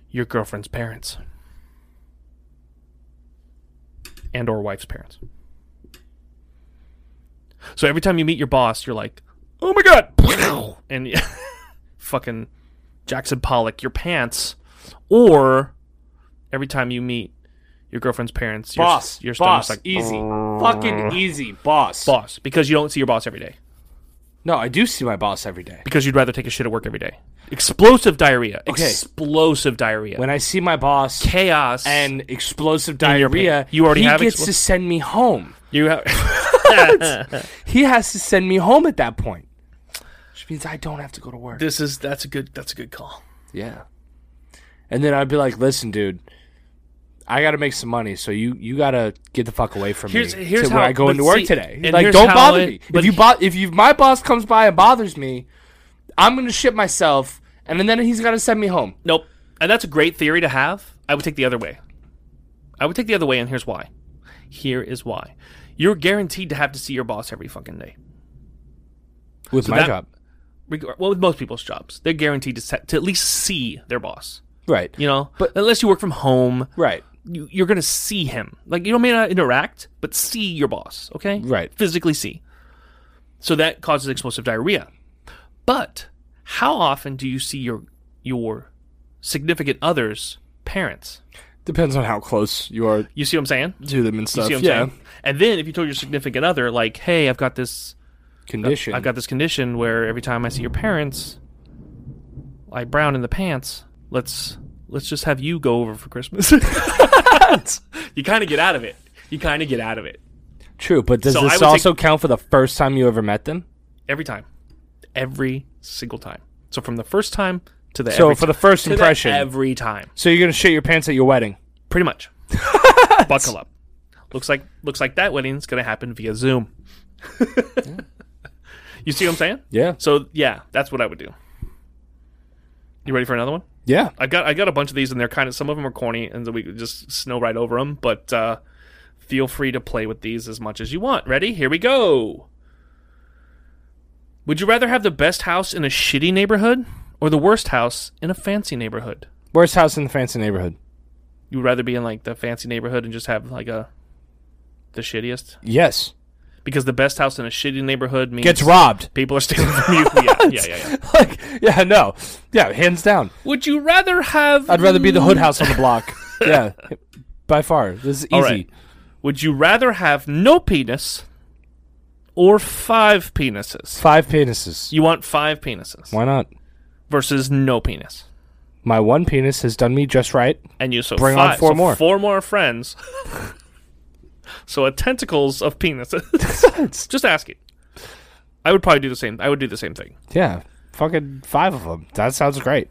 your girlfriend's parents? And or wife's parents. So every time you meet your boss, you're like, "Oh my god." And fucking Jackson Pollock your pants or every time you meet your girlfriend's parents, your, boss, your stomach's boss, like "Oh, easy, fucking easy, boss. boss because you don't see your boss every day. No, I do see my boss every day. because you'd rather take a shit at work every day. Explosive diarrhea. Okay. Explosive diarrhea. When I see my boss, Chaos. and explosive your pa- diarrhea, you already he have gets explo- to send me home. you have. He has to send me home at that point, which means I don't have to go to work. this is that's a good that's a good call. yeah, and then I'd be like, "Listen, dude, I got to make some money, so you you got to get the fuck away from Here's- me here's to where how- I go but into work see, today. and Like, here's don't how bother it- me. If but- you bo- if you my boss comes by and bothers me, I'm gonna shit myself, and then he's got to send me home. Nope. And that's a great theory to have. I would take the other way. I would take the other way, and here's why. Here is why. You're guaranteed to have to see your boss every fucking day. With my that- job, Reg- Well, with most people's jobs, they're guaranteed to, se- to at least see their boss. right? You know, But- unless you work from home, Right. you, you're gonna see him. Like you don't may not interact, but see your boss. Okay, Right. Physically see. So that causes explosive diarrhea. But how often do you see your your significant other's parents? Depends on how close you are You see what I'm saying? to them and stuff. See what I'm yeah. saying? And then if you told your significant other, like, hey, I've got this, Condition. I've got this condition where every time I see your parents, I brown in the pants. Let's let's just have you go over for Christmas. you kind of get out of it. you kind of get out of it True, but does So I this would also count for the first time you ever met them? every time, every single time. So from the first time to the So every for ti- the first to the impression. every time, so you're gonna shit your pants at your wedding. pretty much. Buckle up. Looks like looks like that wedding's gonna happen via Zoom. you see what I'm saying? Yeah. So yeah, that's what I would do. You ready for another one? Yeah. I've got I got a bunch of these, and they're kind of some of them are corny, and so we could just snow right over them. But uh, feel free to play with these as much as you want. Ready? Here we go. Would you rather have the best house in a shitty neighborhood or the worst house in a fancy neighborhood? Worst house in the fancy neighborhood. You would rather be in like the fancy neighborhood and just have like a the shittiest Yes. because the best house in a shitty neighborhood means Gets robbed. people are stealing from you. Yeah, yeah, yeah, yeah. like yeah, no. Yeah, hands down. Would you rather have? I'd rather be the hood house on the block. yeah. By far. This is easy. All right. Would you rather have no penis or five penises? Five penises. You want five penises Why not? versus no penis. My one penis has done me just right. And you so Bring on five- four so more. Four more friends. so a tentacles of penises. Just ask it. I would probably do the same. I would do the same thing. Yeah. Fucking five of them. That sounds great.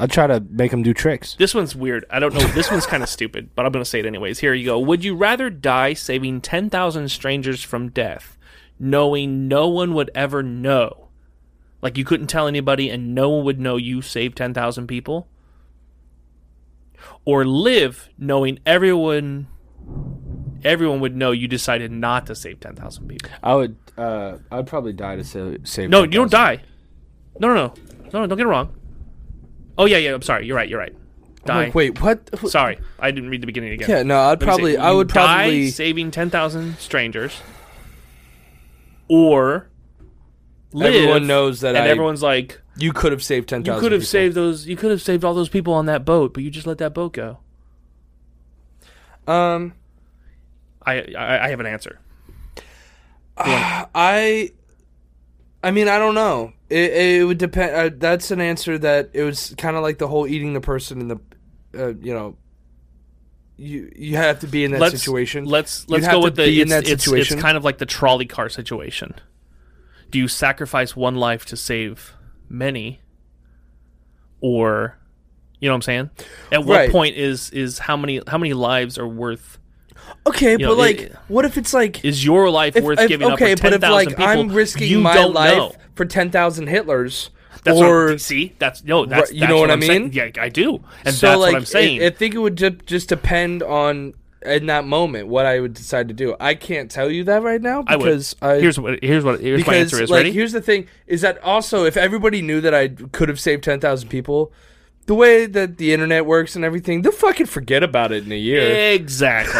I'd try to make them do tricks. This one's weird. I don't know. This one's kind of stupid, but I'm going to say it anyways. Here you go. Would you rather die saving 10,000 strangers from death, knowing no one would ever know? Like you couldn't tell anybody and no one would know you saved 10,000 people? Or live knowing everyone everyone would know you decided not to save 10,000 people? I would uh I'd probably die to save, save No, you don't die. No, no, no. No, no, don't get it wrong. Oh yeah, yeah, I'm sorry. You're right. You're right. Die. wait, what? Sorry. I didn't read the beginning again. Yeah, no, I'd Let me probably see. I You would die probably saving ten thousand strangers, or live, Everyone knows that and I- everyone's like, you could have saved 10,000 you could have people. saved those, you could have saved all those people on that boat, but you just let that boat go. um I I, I have an answer. I I mean, I don't know. It, it would depend. Uh, that's an answer that it was kind of like the whole eating the person in the, uh, you know, you you have to be in that let's, situation. Let's You'd let's have go to with the be in it's, that it's- situation. it's kind of like the trolley car situation. Do you sacrifice one life to save many, or you know what I'm saying? At what Right. point is is how many how many lives are worth? okay, you but know, like, it- what if it's like Is your life if, worth if- giving okay, up for ten but if thousand like people? I'm risking you my don't life know. for ten thousand Hitlers, That's or what, see, that's no, that's, you that's know what I I'm saying. mean? Yeah, I do, and so that's like what I'm saying. It, I think it would ju- just depend on in that moment what I would decide to do. I can't tell you that right now I would. because I, here's what here's what here's my because answer is. like ready? here's the thing is that also if everybody knew that I could have saved 10,000 people the way that the internet works and everything they'll fucking forget about it in a year Exactly.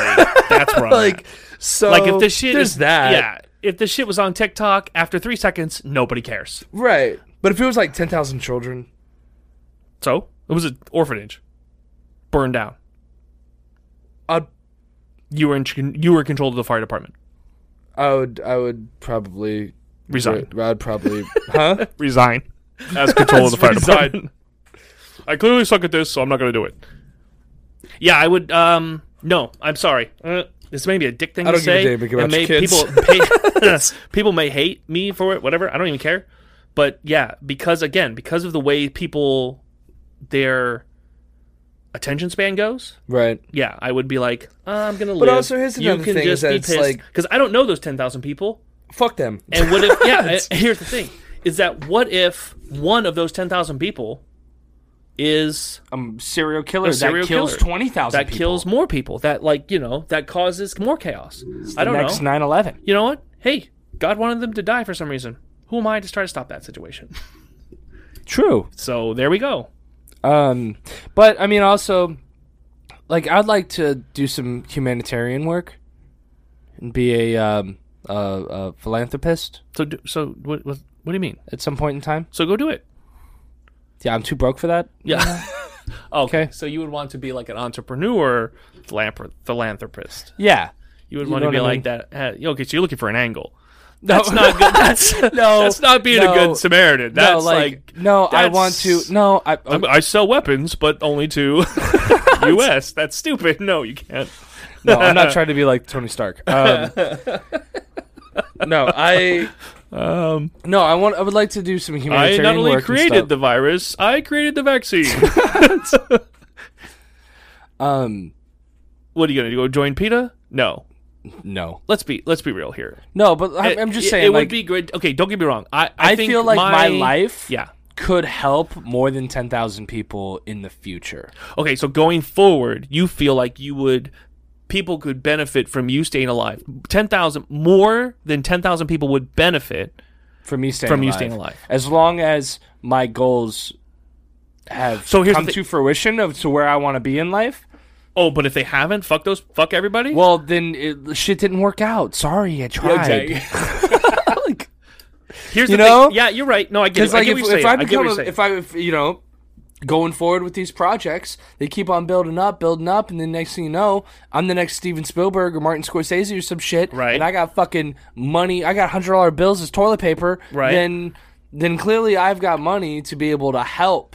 that's where I'm at. like so Like if this shit there's is that yeah. If this shit was on TikTok after three seconds, nobody cares. right but if it was like 10,000 children So it was an orphanage, burned down. I'd, You were in you were in control of the fire department. I would I would probably Resign. I'd probably huh Resign as control of the fire Resign. department. I clearly suck at this, so I'm not going to do it. Yeah, I would. Um, no, I'm sorry. Uh, this may be a dick thing I to don't give a say. damn about and may, your kids. People, may, people may hate me for it. Whatever. I don't even care. But yeah, because again, because of the way people, their attention span goes. right Yeah, I would be like, "Uh, I'm gonna live. also here's another thing is that it's like- because I don't know those ten thousand people. fuck them And what if? Yeah, and here's the thing: is that what if one of those ten thousand people is I'm serial killer a serial killer that kills more people that like you know that causes more chaos. I don't know. 9/11 you know what? Hey, God wanted them to die for some reason. Who am I to try to stop that situation? true So there we go. Um, but I mean, also, like, I'd like to do some humanitarian work and be a um, a, a philanthropist So do, so what, what what do you mean? at some point in time. So go do it. Yeah, I'm too broke for that. Yeah. okay. Okay. So you would want to be like an entrepreneur, philanthro- philanthropist. Yeah, You would You want to know be what I like that. uh, okay, so you're looking for an angle. That's not good. That's no, that's not being a no, good Samaritan. That's no, like, no. I that's- want to. No, I. oh, I'm- I sell weapons, but only to U.S. That's stupid. No, you can't. no, I'm not trying to be like Tony Stark. Um, no, I. Um, No, I want. I would like to do some I humanitarian not only work and created stuff. the virus, I created the vaccine. Um, what are you gonna do? Go join PETA? No. no, Let's be let's be real here. no. But I, It- I'm just it- saying. it like, would be great. Okay, don't get me wrong. I I, I, think feel like my, my life Yeah. could help more than ten thousand people in the future. Okay, so going forward, you feel like you would people could benefit from you staying alive. 10,000 more than 10,000 people would benefit For me staying from alive. you staying alive. as long as my goals have So here's come the thi- to fruition of to where I want to be in life. Oh, but if they haven't, fuck those fuck everybody? Well, then it, shit didn't work out. Sorry, I tried. Like- Here's You the know? thing. Yeah, you're right. No, I get it. Because like I get if, what you're if saying. I I get what become you're a, saying. if I if, you know going forward with these projects, they keep on building up, building up, and then next thing you know, I'm the next Steven Spielberg or Martin Scorsese or some shit. Right. And I got fucking money. I got hundred dollar bills as toilet paper. Right. Then then clearly I've got money to be able to help.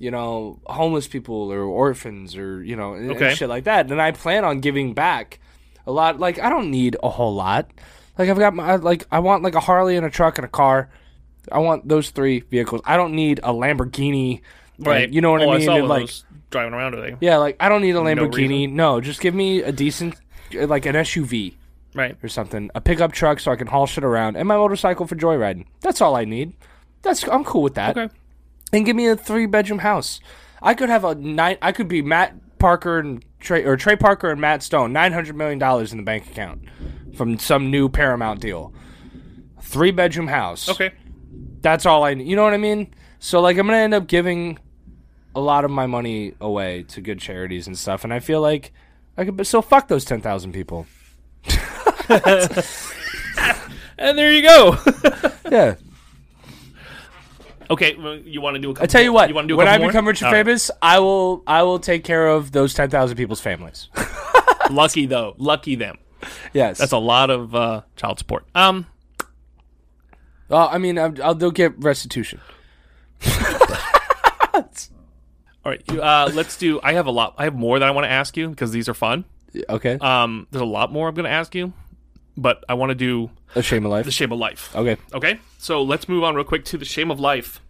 You know, homeless people or orphans or you know and, and Okay. shit like that. And I plan on giving back a lot. Like I don't need a whole lot. Like I've got my like I want like a Harley and a truck and a car. I want those three vehicles. I don't need a Lamborghini. and- right. you know what Oh, I mean? saw And, one of like those driving around today. yeah, like I don't need a Lamborghini. reason. No, just give me a decent uh, like an SUV Right. or something, a pickup truck so I can haul shit around and my motorcycle for joyriding. That's all I need. That's I'm cool with that. Okay. And give me a three bedroom house. I could have a nine I could be Matt Parker and Trey or Trey Parker and Matt Stone, 900 million dollars in the bank account from some new Paramount deal. Three bedroom house Okay. that's all I You know what I mean? So like I'm gonna end up giving a lot of my money away to good charities and stuff, and I feel like I could. But so fuck those ten thousand people. And there you go. Yeah, okay, well, you want to do a couple I tell you what. You want to do a when couple I more? become rich and All right. famous, I will I will take care of those ten thousand people's families. Lucky though. Lucky them. yes, That's a lot of uh, child support. Um Uh, I mean, I'll, I'll they'll get restitution. All right, you- uh, let's do. I have a lot. I have more that I want to ask you because these are fun. Okay, Um, there's a lot more I'm going to ask you, but I want to do a shame of the life. shame of life. Okay, Okay, so let's move on real quick to the shame of life.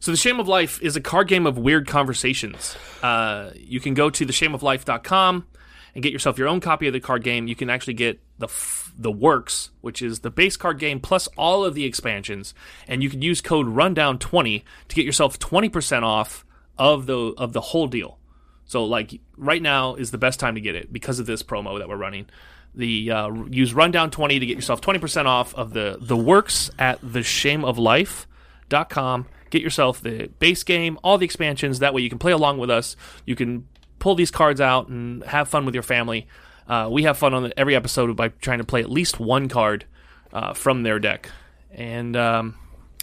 So the shame of life is a card game of weird conversations. Uh, you can go to theshameoflife.com and get yourself your own copy of the card game. You can actually get the f- the works, which is the base card game plus all of the expansions, and you can use code rundown twenty to get yourself twenty percent off of the of the whole deal. So like right now is the best time to get it because of this promo that we're running. The uh, r- use rundown twenty to get yourself twenty percent off of the the works at theshameoflife.com. Get yourself the base game, all the expansions. That way you can play along with us. You can pull these cards out and have fun with your family. Uh, we have fun on the, every episode by trying to play at least one card uh, from their deck. And um,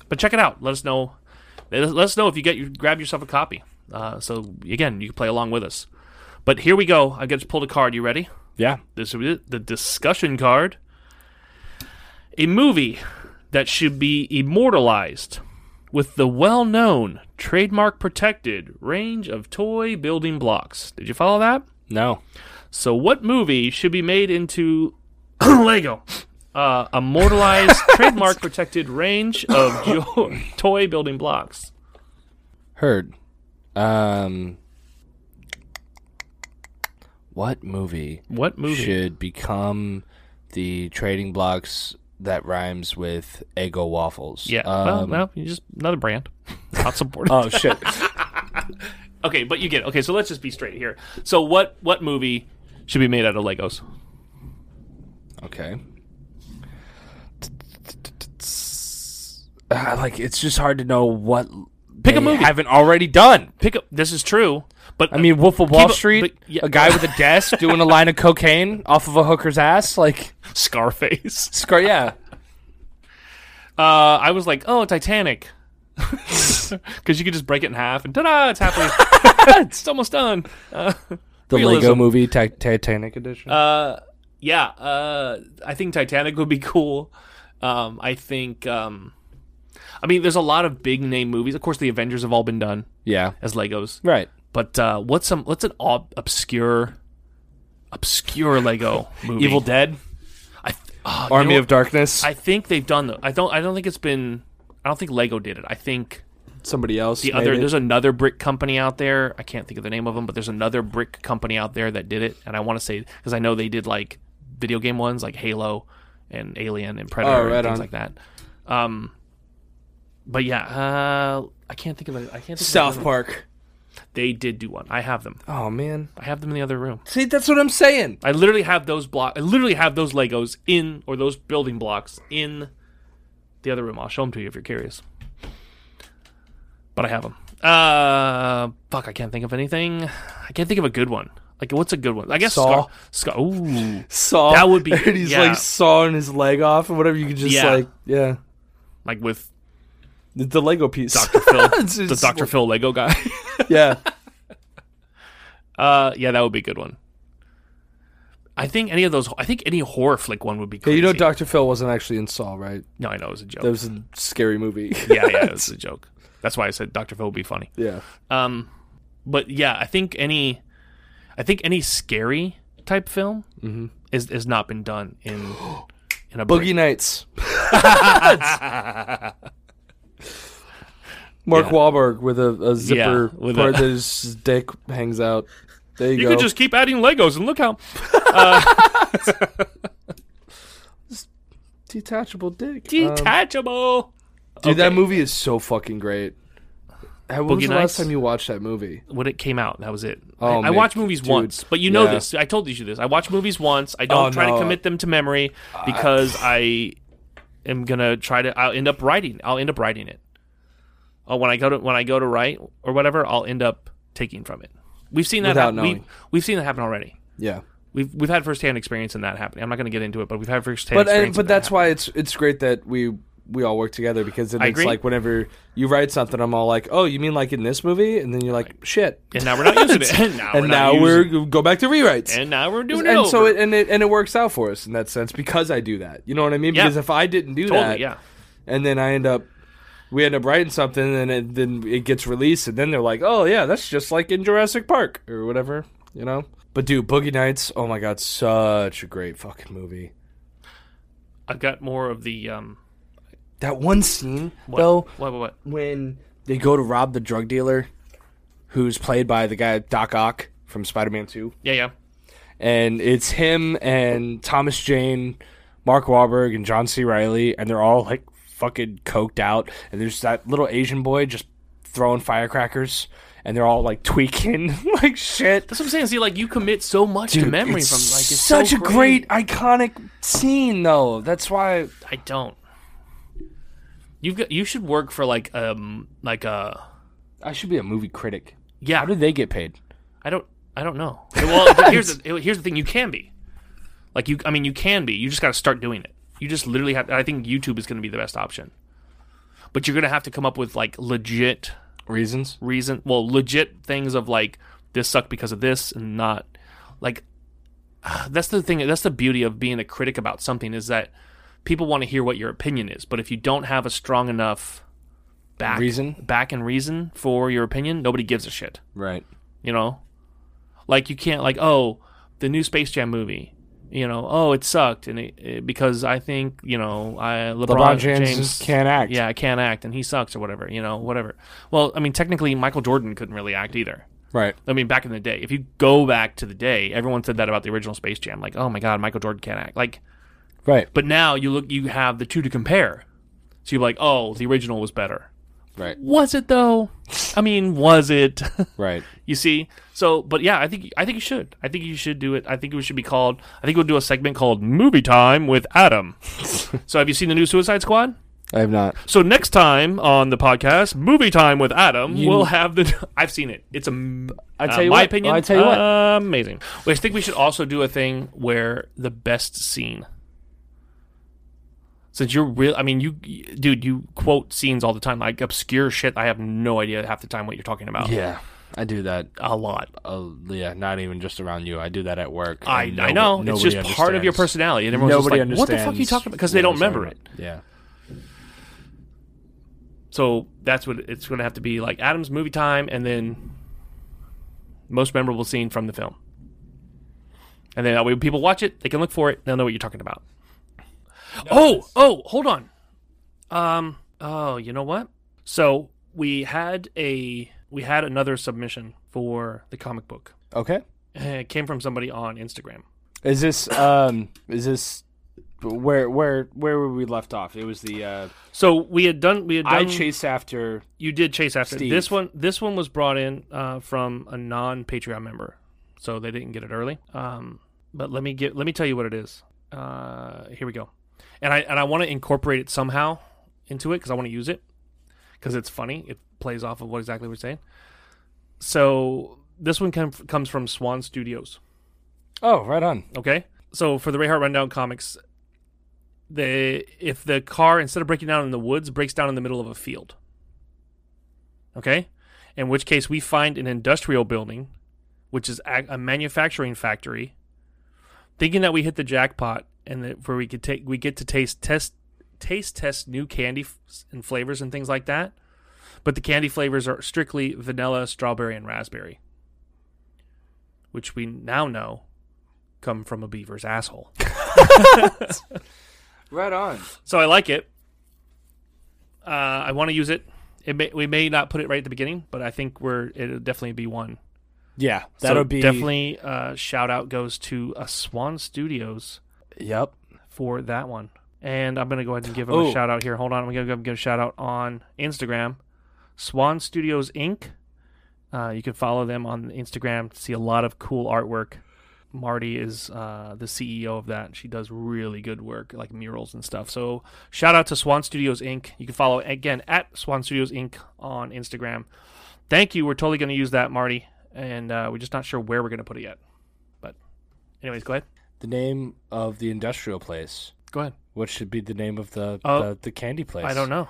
but check it out. Let us know let us- let us know if you get you grab yourself a copy. Uh, so again, you can play along with us. But here we go. I just pulled a card. You ready? yeah. This is the discussion card. A movie that should be immortalized with the well-known, trademark-protected range of toy building blocks. Did you follow that? No. So, what movie should be made into Lego? Uh, immortalized, trademark-protected range of jo- toy building blocks. Heard. Um. What movie? What movie? should become the trading blocks that rhymes with Eggo waffles. Yeah. well, Um, well, you just another brand. Not supported. oh shit. okay, but you get it. okay. So let's just be straight here. So what what movie should be made out of Legos? Okay. Uh, like it's just hard to know what Pick a they movie. haven't already done. Pick up. This is true, but I mean, Wolf of Wall Keep a- Street, but- yeah. a guy with a desk doing a line of cocaine off of a hooker's ass, like Scarface. scar. Yeah, Uh, I was like, oh, Titanic, because you could just break it in half and ta-da, it's happening. it's almost done. the Realism. Lego Movie Ti- Titanic edition. Uh, yeah, uh, I think Titanic would be cool. Um, I think, um, I mean, there's a lot of big name movies. Of course, the Avengers have all been done Yeah. as Legos. Right. But uh, what's some? What's an ob- obscure, obscure Lego movie? Evil Dead, I th- oh, you Army know of Darkness, I think they've done the. I don't. I don't think it's been. I don't think Lego did it. I think somebody else. the other. There's another brick company out there. I can't think of the name of them, but there's another brick company out there that did it. And I want to say because I know they did like video game ones like Halo and Alien and Predator Oh, right and on. things like that. Um, but yeah, uh, I can't think of it. I can't think Of South the- Park. they did do one. I have them. Oh man. I have them in the other room. See, that's what I'm saying. I literally have those block. I literally have those Legos in or those building blocks in the other room. I'll show them to you if you're curious. But I have them. Uh, fuck! I can't think of anything. I can't think of a good one. Like, what's a good one? I guess Saw. Scar. Scar- ooh, Saw. That would be- And he's yeah. like sawing his leg off or whatever. You could just Yeah. like yeah. like with The, the Lego piece. Doctor Phil, It's the just Doctor Phil Lego guy. yeah. Uh, yeah, that would be a good one. I think any of those. I think any horror flick one would be. Yeah, Crazy. you know, Doctor Phil wasn't actually in Saw, right? No, I know it was a joke. That was a scary movie. yeah, yeah, it was a joke. That's why I said Doctor Phil would be funny. yeah. Um, but yeah, I think any, I think any scary type film is has not been done in in a Mm-hmm. Boogie brick. Nights. Mark Yeah. Wahlberg with a, a zipper with part a- that his dick hangs out. There you, You go. could just keep adding Legos and look Um, how detachable dick. Um, detachable. dude, that okay. movie is so fucking great. How- When was Boogie the last Nights? time you watched that movie? when it came out, that was it. Oh, I, I man, watch movies dude, once, but you know yeah. this. I told you this. I watch movies once. I don't Oh, try no. Ah. to commit them to memory because I am gonna try to. I'll end up writing. I'll end up writing it. Oh, when I go to when I go to write or whatever, I'll end up taking from it. We've seen that. Without Happen. We, knowing. we've seen that happen already. Yeah, We've we've had firsthand experience in that happening. I'm not gonna get into it, but we've had firsthand. but and, experience in but that that's happening. why it's it's great that we we all work together because then I it's agree. like whenever you write something, I'm all like, oh, you mean like in this movie? And then you're like, shit. And now we're not using it. And now and we're not now using we're it. go back to rewrites. and now we're doing and it. so over. it and it and it works out for us in that sense because I do that. You know what I mean? Yeah. Because if I didn't do totally that, yeah. and then I end up we end up writing something and it, then it gets released and then they're like, "Oh yeah, that's just like in Jurassic Park or whatever," you know? But dude, Boogie Nights, oh my god, such a great fucking movie. I've got more of the um. That one scene What, though what what what? when they go to rob the drug dealer who's played by the guy Doc Ock from Spider-Man 2. Yeah yeah. and it's him and Thomas Jane, Mark Wahlberg, and John C. Riley, and they're all like fucking coked out. And there's that little Asian boy just throwing firecrackers, and they're all like tweaking like shit. That's what I'm saying. See, like you commit so much to memory it's from like it's such so a great iconic scene, though. That's why I don't. You've got. You should work for like um like a I should be a movie critic. yeah. How do they get paid? I don't. I don't know. Well, here's the here's the thing. You can be, like you. I mean, you can be. You just got to start doing it. You just literally have. I think YouTube is going to be the best option, but you're going to have to come up with like legit Reasons? reason. Well, legit things of like this sucked because of this and not like. That's the thing. That's the beauty of being a critic about something is that people want to hear what your opinion is. But if you don't have a strong enough back Reason? back and reason for your opinion, nobody gives a shit. Right. You know, like you can't like oh the new Space Jam movie. You know, oh it sucked and it, it- because I think you know I LeBron, LeBron James, just can't act. yeah, I can't act and he sucks or whatever, you know, whatever. Well, I mean, technically, Michael Jordan couldn't really act either. Right. I mean, back in the day, if you go back to the day, everyone said that about the original Space Jam. Like, oh my God, Michael Jordan can't act. Like, Right. but now you look, you have the two to compare. So you're like, oh, the original was better. Right. Was it though? I mean, was it? Right. you see? So, but yeah, I think I think you should. I think you should do it. I think it should be called. I think we'll do a segment called Movie Time with Adam. so, have you seen the new Suicide Squad? I have not. So next time on the podcast, movie time with Adam, we'll have the. I've seen it. It's a. I tell you my what, opinion. I tell you what. amazing. Well, I think we should also do a thing where the best scene. Since you're real, I mean, you, dude, you quote scenes all the time, like obscure shit. I have no idea half the time what you're talking about. Yeah. I do that. a lot. Uh, yeah, not even just around you. I do that at work. I, and I nobo- know it's nobody just part of your understands. personality, and everyone's nobody just like, "What the understands. fuck are you talking about?" Because they don't what I'm remember it. talking about. Yeah. So that's what it's going to have to be like Adam's movie time and then most memorable scene from the film. And then that way when people watch it, they can look for it, they'll know what you're talking about. oh, oh, hold on. Um, oh, you know what? So we had a we had another submission for the comic book. Okay. It came from somebody on Instagram. Is this um is this where where where were we left off? It was the uh So we had done we had done I chase after you did chase after Steve. this one. This one was brought in uh, from a non Patreon member, so they didn't get it early. Um, but let me get let me tell you what it is. Uh, here we go, and I and I want to incorporate it somehow into it because I want to use it because it's funny. It plays off of what exactly we're saying. So this one com- comes from Swan Studios. Oh, right on. Okay. So for the Ray Hart Rundown comics, the if the car instead of breaking down in the woods breaks down in the middle of a field. Okay, in which case we find an industrial building, which is a, a manufacturing factory. Thinking that we hit the jackpot and that where we could take we get to taste test taste test new candy f- and flavors and things like that, but the candy flavors are strictly vanilla, strawberry, and raspberry, which we now know come from a beaver's asshole. Right on. So I like it. Uh, I want to use it. It may, we may not put it right at the beginning, but I think we're it'll definitely be one. Yeah. So That'll be definitely. Uh, shout out goes to uh, Swan Studios Yep. for that one. And I'm gonna go ahead and give them a Oh. shout out here. Hold on, I'm gonna go give a shout out on Instagram, Swan Studios Inc. Uh, you can follow them on Instagram to see a lot of cool artwork. Marty is uh, the CEO of that. She does really good work, like murals and stuff. So shout out to Swan Studios Inc. You can follow again at Swan Studios Inc. on Instagram. Thank you. We're totally gonna use that, Marty, and uh, we're just not sure where we're gonna put it yet. But, anyways, go ahead. The name of the industrial place. Go ahead. What should be the name of the Oh. the, the candy place? I don't know.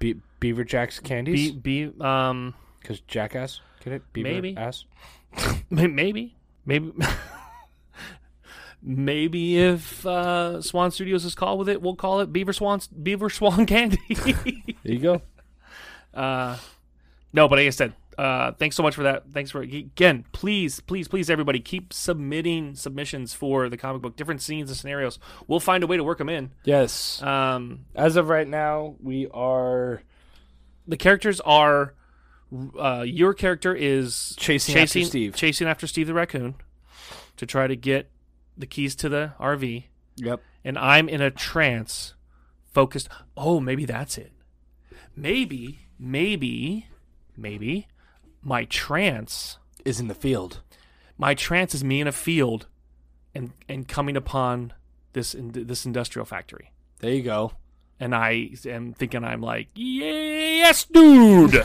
Be- Beaver Jack's Be, candies? be, um, Because jackass? Get it? Beaver Maybe. ass? May- Maybe, maybe, maybe if uh, Swan Studios is called with it, we'll call it Beaver Swan Beaver Swan Candy. There you go. uh, no, but like I said, uh, thanks so much for that. Thanks for again. Please, please, please, everybody, keep submitting submissions for the comic book, different scenes and scenarios. We'll find a way to work them in. Yes. Um, Uh, As of right now, we are the characters are uh, your character is Chasing after Steve. chasing after Steve the raccoon to try to get the keys to the RV, Yep. and I'm in a trance, focused. Oh, maybe that's it. Maybe, maybe, maybe my trance, Is in the field. my trance is me in a field, and and coming upon this in, this industrial factory There you go. and I am thinking I'm like, yes, dude,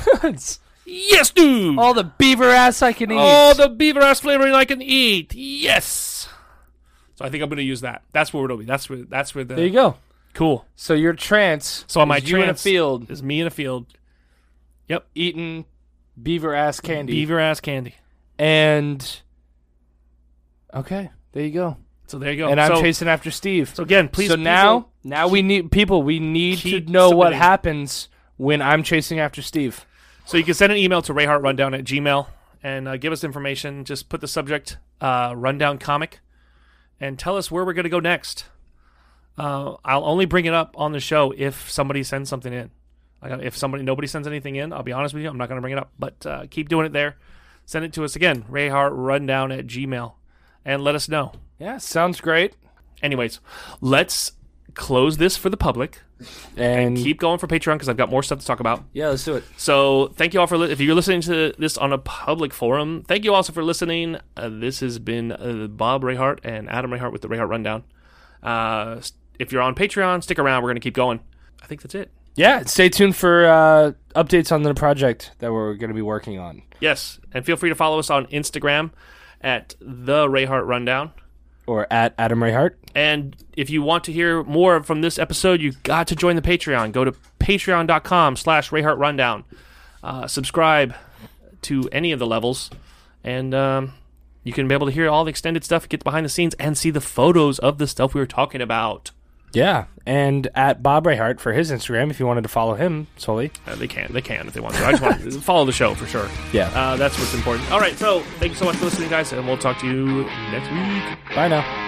yes, dude, all, the beaver ass I can eat. the beaver ass flavoring I can eat, yes. So I think I'm gonna use that. That's where it'll be. That's where that's where the there you go. cool So your trance. So my is you in a trance- field is me in a field, eating beaver ass candy beaver ass candy. and okay, there you go. So there you go. And I'm so, chasing after Steve. So again, please. so please now, don't- now we need people. We need to keep know what submitting. happens when I'm chasing after Steve. So you can send an email to rayhartrundown at gmail and uh, give us information. Just put the subject uh, rundown comic and tell us where we're going to go next. Uh, I'll only bring it up on the show if somebody sends something in. Like uh, if somebody nobody sends anything in, I'll be honest with you, I'm not going to bring it up. But uh, keep doing it there. Send it to us again, rayhartrundown at gmail, and let us know. Yeah, sounds great. Anyways, let's close this for the public. And, Keep going for Patreon because I've got more stuff to talk about. yeah, let's do it. So thank you all for li- if you're listening to this on a public forum. Thank you also for listening. Uh, this has been uh, Bob Rayhart and Adam Rayhart with the Rayhart Rundown. Uh, s- if you're on Patreon, stick around. We're gonna keep going. I think that's it. Yeah, stay tuned for uh, updates on the project that we're going to be working on, Yes, and feel free to follow us on Instagram at the Rayhart Rundown. or at Adam Rayhart. And if you want to hear more from this episode, you've got to join the Patreon. Go to patreon.com slash Rayhart Rundown. Uh, subscribe. to any of the levels, and um, you can be able to hear all the extended stuff, get behind the scenes, and see the photos of the stuff we were talking about. Yeah, and at Bob Rayhart for his Instagram if you wanted to follow him solely. Uh, they can, they can if they want to. I just want to follow the show for sure. Yeah. uh, that's what's important. All right, so thank you so much for listening, guys, and we'll talk to you next week. Bye now.